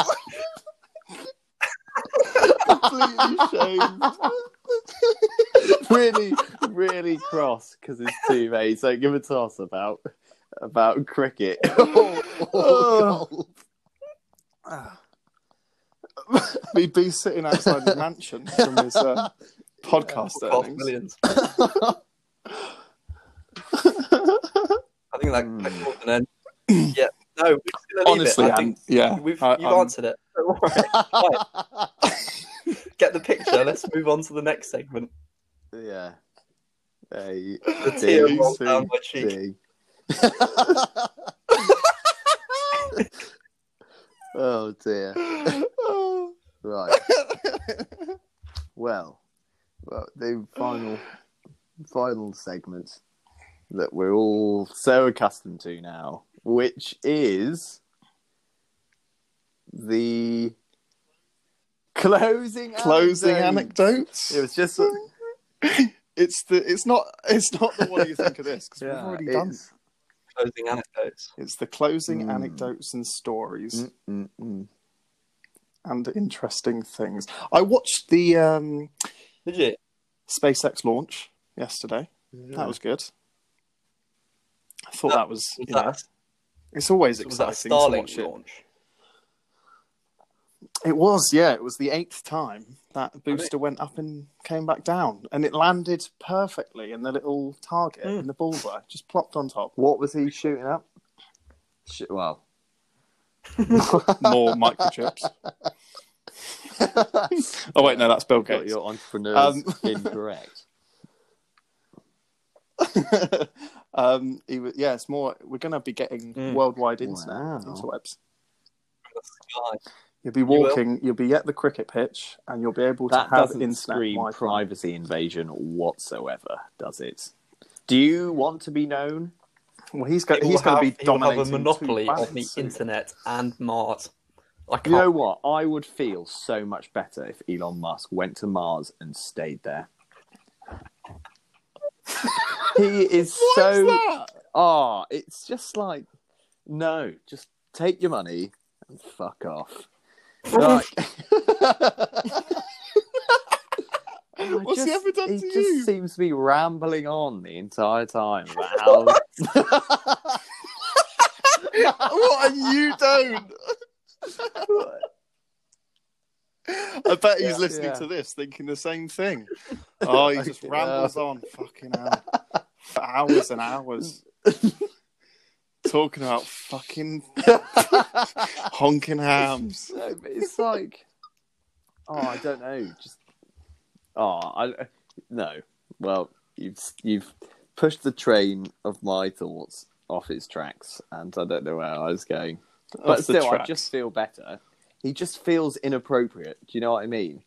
[SPEAKER 1] Completely shaved.
[SPEAKER 3] really, really cross because his teammates don't give a toss about about cricket.
[SPEAKER 1] Oh. He'd be sitting outside his mansion from his uh, podcast
[SPEAKER 2] Cost
[SPEAKER 1] earnings.
[SPEAKER 2] millions. I think that, that
[SPEAKER 3] Hmm.
[SPEAKER 2] calls an end. Yeah. No. We're just gonna leave
[SPEAKER 1] Honestly,
[SPEAKER 2] it. I
[SPEAKER 1] Ann,
[SPEAKER 2] think
[SPEAKER 1] yeah.
[SPEAKER 2] we've
[SPEAKER 1] I-
[SPEAKER 2] you've
[SPEAKER 1] I'm-
[SPEAKER 2] answered it. Don't worry. Right. Get the picture. Let's move on to the next segment.
[SPEAKER 3] yeah. Hey,
[SPEAKER 2] The tear
[SPEAKER 1] you
[SPEAKER 2] rolls
[SPEAKER 1] see,
[SPEAKER 2] down my cheek.
[SPEAKER 3] big. oh dear.
[SPEAKER 1] Oh.
[SPEAKER 3] Right. well, well, the final, final segment that we're all so accustomed to now, which is the closing
[SPEAKER 1] Closing
[SPEAKER 3] anecdote.
[SPEAKER 1] anecdotes.
[SPEAKER 3] It was just
[SPEAKER 1] It's the. It's not. It's not the one you think of this because
[SPEAKER 3] Yeah,
[SPEAKER 1] we've already done.
[SPEAKER 3] it's-
[SPEAKER 2] Closing anecdotes.
[SPEAKER 1] It's the closing
[SPEAKER 3] Mm.
[SPEAKER 1] anecdotes and stories.
[SPEAKER 3] Mm, mm, mm.
[SPEAKER 1] and interesting things. I watched the um,
[SPEAKER 2] Did you?
[SPEAKER 1] SpaceX launch yesterday. That was good. I thought that, was,
[SPEAKER 2] Was
[SPEAKER 1] you know,
[SPEAKER 2] that,
[SPEAKER 1] it's always
[SPEAKER 2] was that a
[SPEAKER 1] exciting to
[SPEAKER 2] Starlink
[SPEAKER 1] watch it.
[SPEAKER 2] launch?
[SPEAKER 1] It was, yeah, it was the eighth time that booster went up and came back down, and it landed perfectly in the little target
[SPEAKER 2] Mm.
[SPEAKER 1] in the bullseye, just plopped on top.
[SPEAKER 3] What was he shooting up? Sh- well,
[SPEAKER 1] more microchips. Oh wait, no, that's Bill
[SPEAKER 3] Got
[SPEAKER 1] Gates.
[SPEAKER 3] your entrepreneurs
[SPEAKER 1] Um,
[SPEAKER 3] incorrect.
[SPEAKER 1] um, he was, yeah, it's more. We're going to be getting
[SPEAKER 2] Mm.
[SPEAKER 1] worldwide internet
[SPEAKER 3] Wow.
[SPEAKER 1] interwebs.
[SPEAKER 2] Sky.
[SPEAKER 1] You'll be
[SPEAKER 2] will.
[SPEAKER 1] walking. You will be at the cricket pitch, and you'll be able to
[SPEAKER 3] That
[SPEAKER 1] have
[SPEAKER 3] doesn't
[SPEAKER 1] internet.
[SPEAKER 3] scream
[SPEAKER 1] Wi-Fi.
[SPEAKER 3] privacy invasion whatsoever, does it? Do you want to be known?
[SPEAKER 1] Well, he's going.
[SPEAKER 2] He will
[SPEAKER 1] He's going to
[SPEAKER 2] have-
[SPEAKER 1] be
[SPEAKER 2] he will
[SPEAKER 1] dominating
[SPEAKER 2] have a monopoly
[SPEAKER 1] two
[SPEAKER 2] on the
[SPEAKER 1] planets soon.
[SPEAKER 2] internet and Mars. I
[SPEAKER 3] You
[SPEAKER 2] can't.
[SPEAKER 3] know what? I would feel so much better if Elon Musk went to Mars and stayed there. he is so ah, it's just like no, just take your money and fuck off. Like, I
[SPEAKER 1] What's he ever done
[SPEAKER 3] he
[SPEAKER 1] to
[SPEAKER 3] just
[SPEAKER 1] you?
[SPEAKER 3] seems to be rambling on the entire time about how
[SPEAKER 1] what are you doing? I bet he's
[SPEAKER 3] Yeah.
[SPEAKER 1] listening
[SPEAKER 3] Yeah.
[SPEAKER 1] to this, thinking the same thing. Oh, he just
[SPEAKER 3] Fucking
[SPEAKER 1] rambles on, fucking hell, for hours and hours, talking about fucking honking hams.
[SPEAKER 3] No, but it's like, oh, I don't know. Just, oh, I no. Well, you've you've pushed the train of my thoughts off its tracks, and I don't know where I was going. But
[SPEAKER 1] Off the
[SPEAKER 3] still, I
[SPEAKER 1] tracks.
[SPEAKER 3] just feel better. He just feels inappropriate. Do you know what I mean?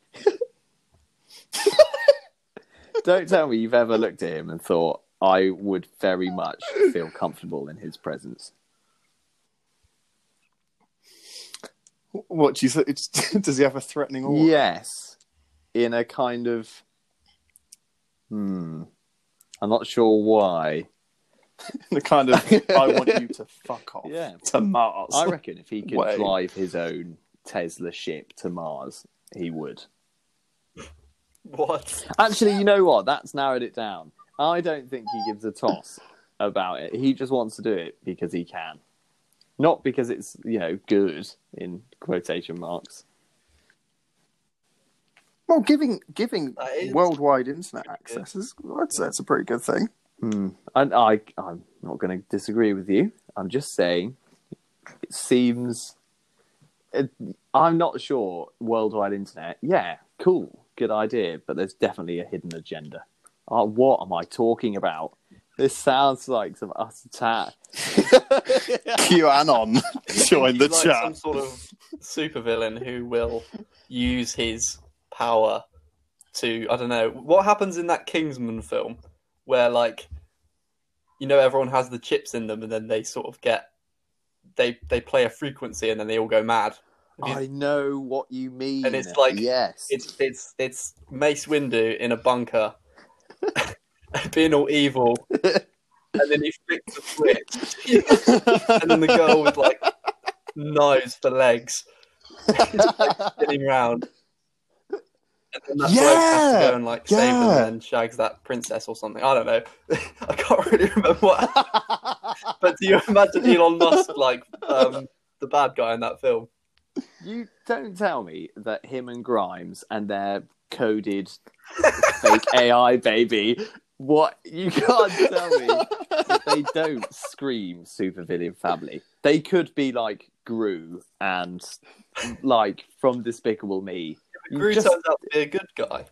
[SPEAKER 3] don't tell me you've ever looked at him and thought, I would very much feel comfortable in his presence.
[SPEAKER 1] What do you think? it's- Does he have a threatening aura?
[SPEAKER 3] Yes, in a kind of hmm. I'm not sure why.
[SPEAKER 1] The kind of I want you to fuck off
[SPEAKER 3] Yeah.
[SPEAKER 1] to Mars.
[SPEAKER 3] I reckon if he could
[SPEAKER 1] Way.
[SPEAKER 3] drive his own Tesla ship to Mars, he would.
[SPEAKER 2] What?
[SPEAKER 3] Actually, you know what? That's narrowed it down. I don't think he gives a toss about it. He just wants to do it because he can, not because it's you know good in quotation marks.
[SPEAKER 1] well, giving giving
[SPEAKER 2] That is-
[SPEAKER 1] worldwide internet access is I'd say it's a pretty good thing.
[SPEAKER 3] Hmm. And I, I'm not going to disagree with you. I'm just saying, it seems. It, I'm not sure. Worldwide internet, yeah, cool, good idea, but there's definitely a hidden agenda. Oh, what am I talking about? This sounds like some utter tat.
[SPEAKER 1] QAnon, join the
[SPEAKER 2] He's like
[SPEAKER 1] chat.
[SPEAKER 2] Some sort of supervillain who will use his power to I don't know what happens in that Kingsman film where like you know everyone has the chips in them and then they sort of get they they play a frequency and then they all go mad.
[SPEAKER 3] I know what you mean.
[SPEAKER 2] And it's like-
[SPEAKER 3] yes,
[SPEAKER 2] It's it's it's Mace Windu in a bunker being all evil. And then he flicks a switch, and then the girl with like knives for legs spinning round. And then that bloke has to
[SPEAKER 1] Yeah!
[SPEAKER 2] go and like save them
[SPEAKER 1] Yeah!
[SPEAKER 2] and then shags that princess or something. I don't know. I can't really remember what. But do you imagine Elon Musk like um, the bad guy in that film?
[SPEAKER 3] You don't tell me that him and Grimes and their coded fake AI baby. What you can't tell me that they don't scream supervillain family. They could be like Gru and like from Despicable Me. You
[SPEAKER 2] Gru
[SPEAKER 3] just-
[SPEAKER 2] turns out to be a good guy.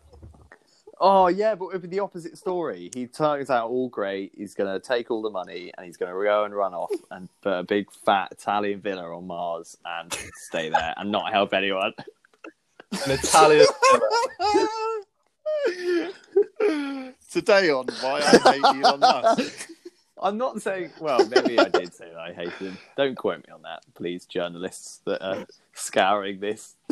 [SPEAKER 3] Oh yeah, but it would be the opposite story. He turns out all great. He's gonna take all the money and he's gonna go and run off and put a big fat Italian villa on Mars and stay there and not help anyone.
[SPEAKER 2] An Italian killer.
[SPEAKER 1] Today on Why I Hate Elon Musk.
[SPEAKER 3] I'm not saying. Well, maybe I did say that I hate him. Don't quote me on that, please, journalists that are scouring this.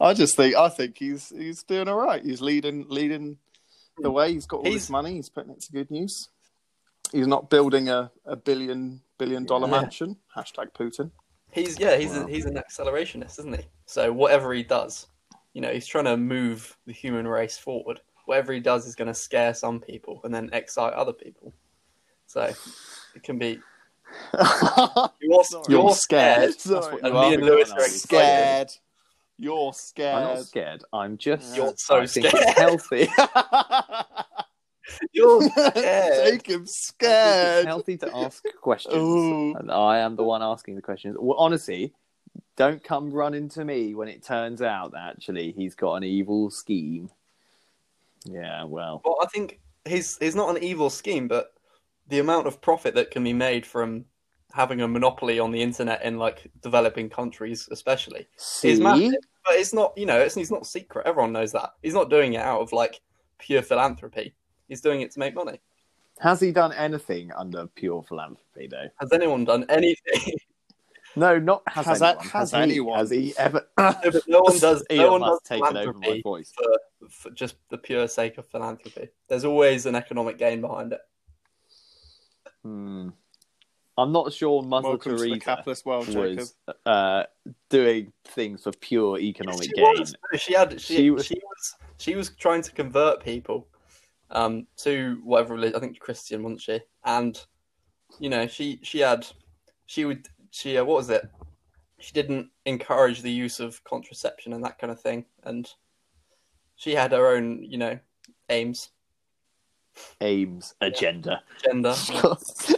[SPEAKER 1] I just think I think he's he's doing all right. He's leading leading the way. He's got all
[SPEAKER 2] He's-
[SPEAKER 1] his money. He's putting it to good use. He's not building a, a billion billion dollar
[SPEAKER 3] Yeah.
[SPEAKER 1] mansion. Hashtag Putin.
[SPEAKER 2] He's yeah, he's
[SPEAKER 3] Wow.
[SPEAKER 2] a, he's an accelerationist, isn't he? So whatever he does, you know, he's trying to move the human race forward. Whatever he does is going to scare some people and then excite other people. So it can be you're,
[SPEAKER 3] Sorry.
[SPEAKER 2] you're scared.
[SPEAKER 3] Sorry.
[SPEAKER 1] That's
[SPEAKER 2] And
[SPEAKER 1] what
[SPEAKER 2] me
[SPEAKER 1] you
[SPEAKER 2] and
[SPEAKER 1] are.
[SPEAKER 2] Lewis are
[SPEAKER 3] Sorry.
[SPEAKER 2] excited.
[SPEAKER 1] Scared. You're
[SPEAKER 3] I'm
[SPEAKER 1] scared.
[SPEAKER 3] not scared. I'm just.
[SPEAKER 2] You're so
[SPEAKER 3] I think
[SPEAKER 2] scared.
[SPEAKER 3] It's healthy.
[SPEAKER 2] You're scared.
[SPEAKER 1] Jacob's
[SPEAKER 3] It's
[SPEAKER 1] scared.
[SPEAKER 3] healthy to ask questions.
[SPEAKER 1] Ooh.
[SPEAKER 3] And I am the one asking the questions. Well, honestly, don't come running to me when it turns out that actually he's got an evil scheme. Yeah, well,
[SPEAKER 2] Well, I think he's he's not an evil scheme, but the amount of profit that can be made from having a monopoly on the internet in like developing countries, especially,
[SPEAKER 3] see,
[SPEAKER 2] massive. but it's not you know it's he's not secret. Everyone knows that he's not doing it out of like pure philanthropy. He's doing it to make money.
[SPEAKER 3] has he done anything under pure philanthropy though?
[SPEAKER 2] Has anyone done anything?
[SPEAKER 3] No, not has,
[SPEAKER 1] Has that-
[SPEAKER 3] anyone.
[SPEAKER 1] has
[SPEAKER 3] he,
[SPEAKER 1] anyone?
[SPEAKER 3] Has he ever?
[SPEAKER 2] no, but no one does.
[SPEAKER 3] Elon
[SPEAKER 2] No one does
[SPEAKER 3] Musk taken over my
[SPEAKER 2] philanthropy
[SPEAKER 3] voice.
[SPEAKER 2] for just the pure sake of philanthropy. There's always an economic gain behind it.
[SPEAKER 3] Hmm. I'm not sure Mother
[SPEAKER 1] Welcome to the
[SPEAKER 3] Teresa
[SPEAKER 1] capitalist world, Jacob.
[SPEAKER 3] was uh, doing things for pure economic
[SPEAKER 2] she
[SPEAKER 3] gain.
[SPEAKER 2] Was. No, She had she,
[SPEAKER 3] She
[SPEAKER 2] she
[SPEAKER 3] was-
[SPEAKER 2] was she was trying to convert people um to whatever religion I think Christian wasn't she? And you know, she she had she would she uh, what was it? She didn't encourage the use of contraception and that kind of thing and she had her own, you know, aims,
[SPEAKER 3] Ames agenda.
[SPEAKER 2] gender.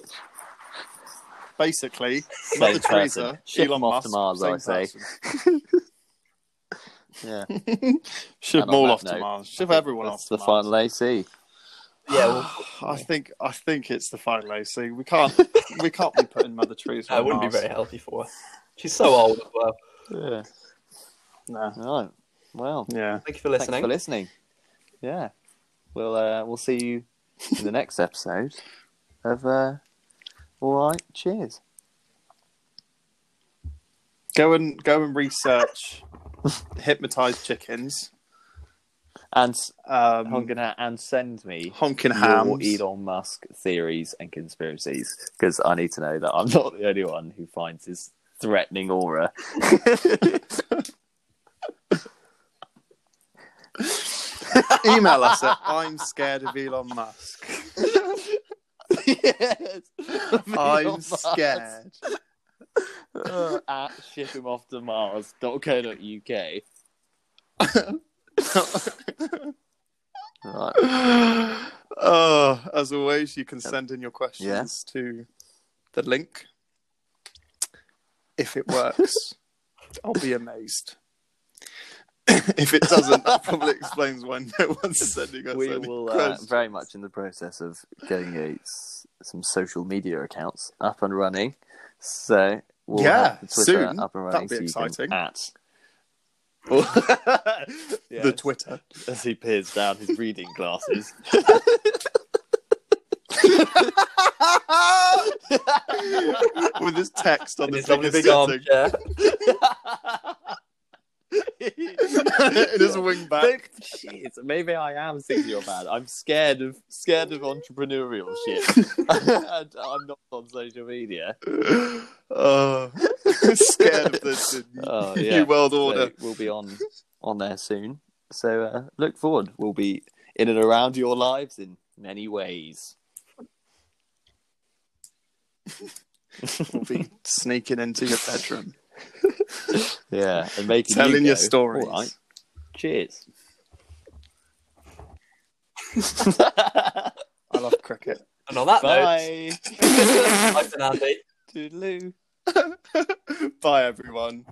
[SPEAKER 1] Basically, Mother
[SPEAKER 3] person.
[SPEAKER 1] Teresa,
[SPEAKER 3] Ship
[SPEAKER 1] Elon
[SPEAKER 3] 'em off to
[SPEAKER 1] Musk,
[SPEAKER 3] Mars,
[SPEAKER 1] same
[SPEAKER 3] I say.
[SPEAKER 1] person.
[SPEAKER 3] yeah,
[SPEAKER 1] Ship
[SPEAKER 3] And
[SPEAKER 1] them
[SPEAKER 3] on
[SPEAKER 1] all
[SPEAKER 3] that
[SPEAKER 1] off to
[SPEAKER 3] note,
[SPEAKER 1] Mars. Ship everyone
[SPEAKER 3] that's
[SPEAKER 1] off
[SPEAKER 3] the
[SPEAKER 1] to Mars.
[SPEAKER 3] final AC.
[SPEAKER 2] yeah, well,
[SPEAKER 1] I think I think it's the final AC. We can't we can't be putting Mother Teresa.
[SPEAKER 2] that
[SPEAKER 1] on
[SPEAKER 2] wouldn't be
[SPEAKER 1] Mars.
[SPEAKER 2] very healthy for her. She's so old as well.
[SPEAKER 3] Yeah.
[SPEAKER 1] No.
[SPEAKER 3] All right. Well,
[SPEAKER 1] Yeah.
[SPEAKER 2] Thank you for
[SPEAKER 3] thanks
[SPEAKER 2] listening.
[SPEAKER 3] for listening. Yeah, we'll uh, we'll see you in the next episode of. Uh, all right. Cheers.
[SPEAKER 1] Go and go and research hypnotized chickens.
[SPEAKER 3] And s-
[SPEAKER 1] Um,
[SPEAKER 3] I'm gonna and send me
[SPEAKER 1] honking
[SPEAKER 3] your
[SPEAKER 1] hams.
[SPEAKER 3] Elon Musk theories and conspiracies because I need to know that I'm not the only one who finds his threatening aura.
[SPEAKER 1] Email us at I'm scared of Elon Musk.
[SPEAKER 3] yes,
[SPEAKER 1] I'm scared.
[SPEAKER 3] at ship him off to Mars.co.uk. Right.
[SPEAKER 1] oh, as always, you can send in your questions
[SPEAKER 3] Yeah.
[SPEAKER 1] to the link. If it works, I'll be amazed. if it doesn't, that probably explains why no one's sending us
[SPEAKER 3] we
[SPEAKER 1] any
[SPEAKER 3] will uh,
[SPEAKER 1] questions.
[SPEAKER 3] very much in the process of getting a s some social media accounts up and running. So we'll
[SPEAKER 1] Yeah,
[SPEAKER 3] have the Twitter
[SPEAKER 1] soon.
[SPEAKER 3] up and running.
[SPEAKER 1] That'd be
[SPEAKER 3] so you can
[SPEAKER 1] exciting.
[SPEAKER 3] At
[SPEAKER 1] The
[SPEAKER 3] Yes,
[SPEAKER 1] Twitter.
[SPEAKER 3] as he peers down his reading glasses.
[SPEAKER 1] With his text on
[SPEAKER 2] In
[SPEAKER 1] the
[SPEAKER 2] his lovely
[SPEAKER 1] biggest
[SPEAKER 2] big armchair.
[SPEAKER 1] setting. in his wing back.
[SPEAKER 3] Shit, maybe I am thinking you're bad. I'm scared of scared of entrepreneurial shit. and I'm not on social media.
[SPEAKER 1] Oh, scared of this
[SPEAKER 3] Oh yeah.
[SPEAKER 1] new world
[SPEAKER 3] So
[SPEAKER 1] order.
[SPEAKER 3] we'll be on on there soon. So uh, look forward. We'll be in and around your lives in many ways.
[SPEAKER 1] will be sneaking into your bedroom,
[SPEAKER 3] Yeah, and making you
[SPEAKER 1] telling
[SPEAKER 3] go,
[SPEAKER 1] your stories.
[SPEAKER 3] All right, cheers.
[SPEAKER 1] I love cricket.
[SPEAKER 2] And on that
[SPEAKER 3] Bye.
[SPEAKER 2] note, I've been Andy.
[SPEAKER 3] Toodaloo.
[SPEAKER 1] Bye, everyone.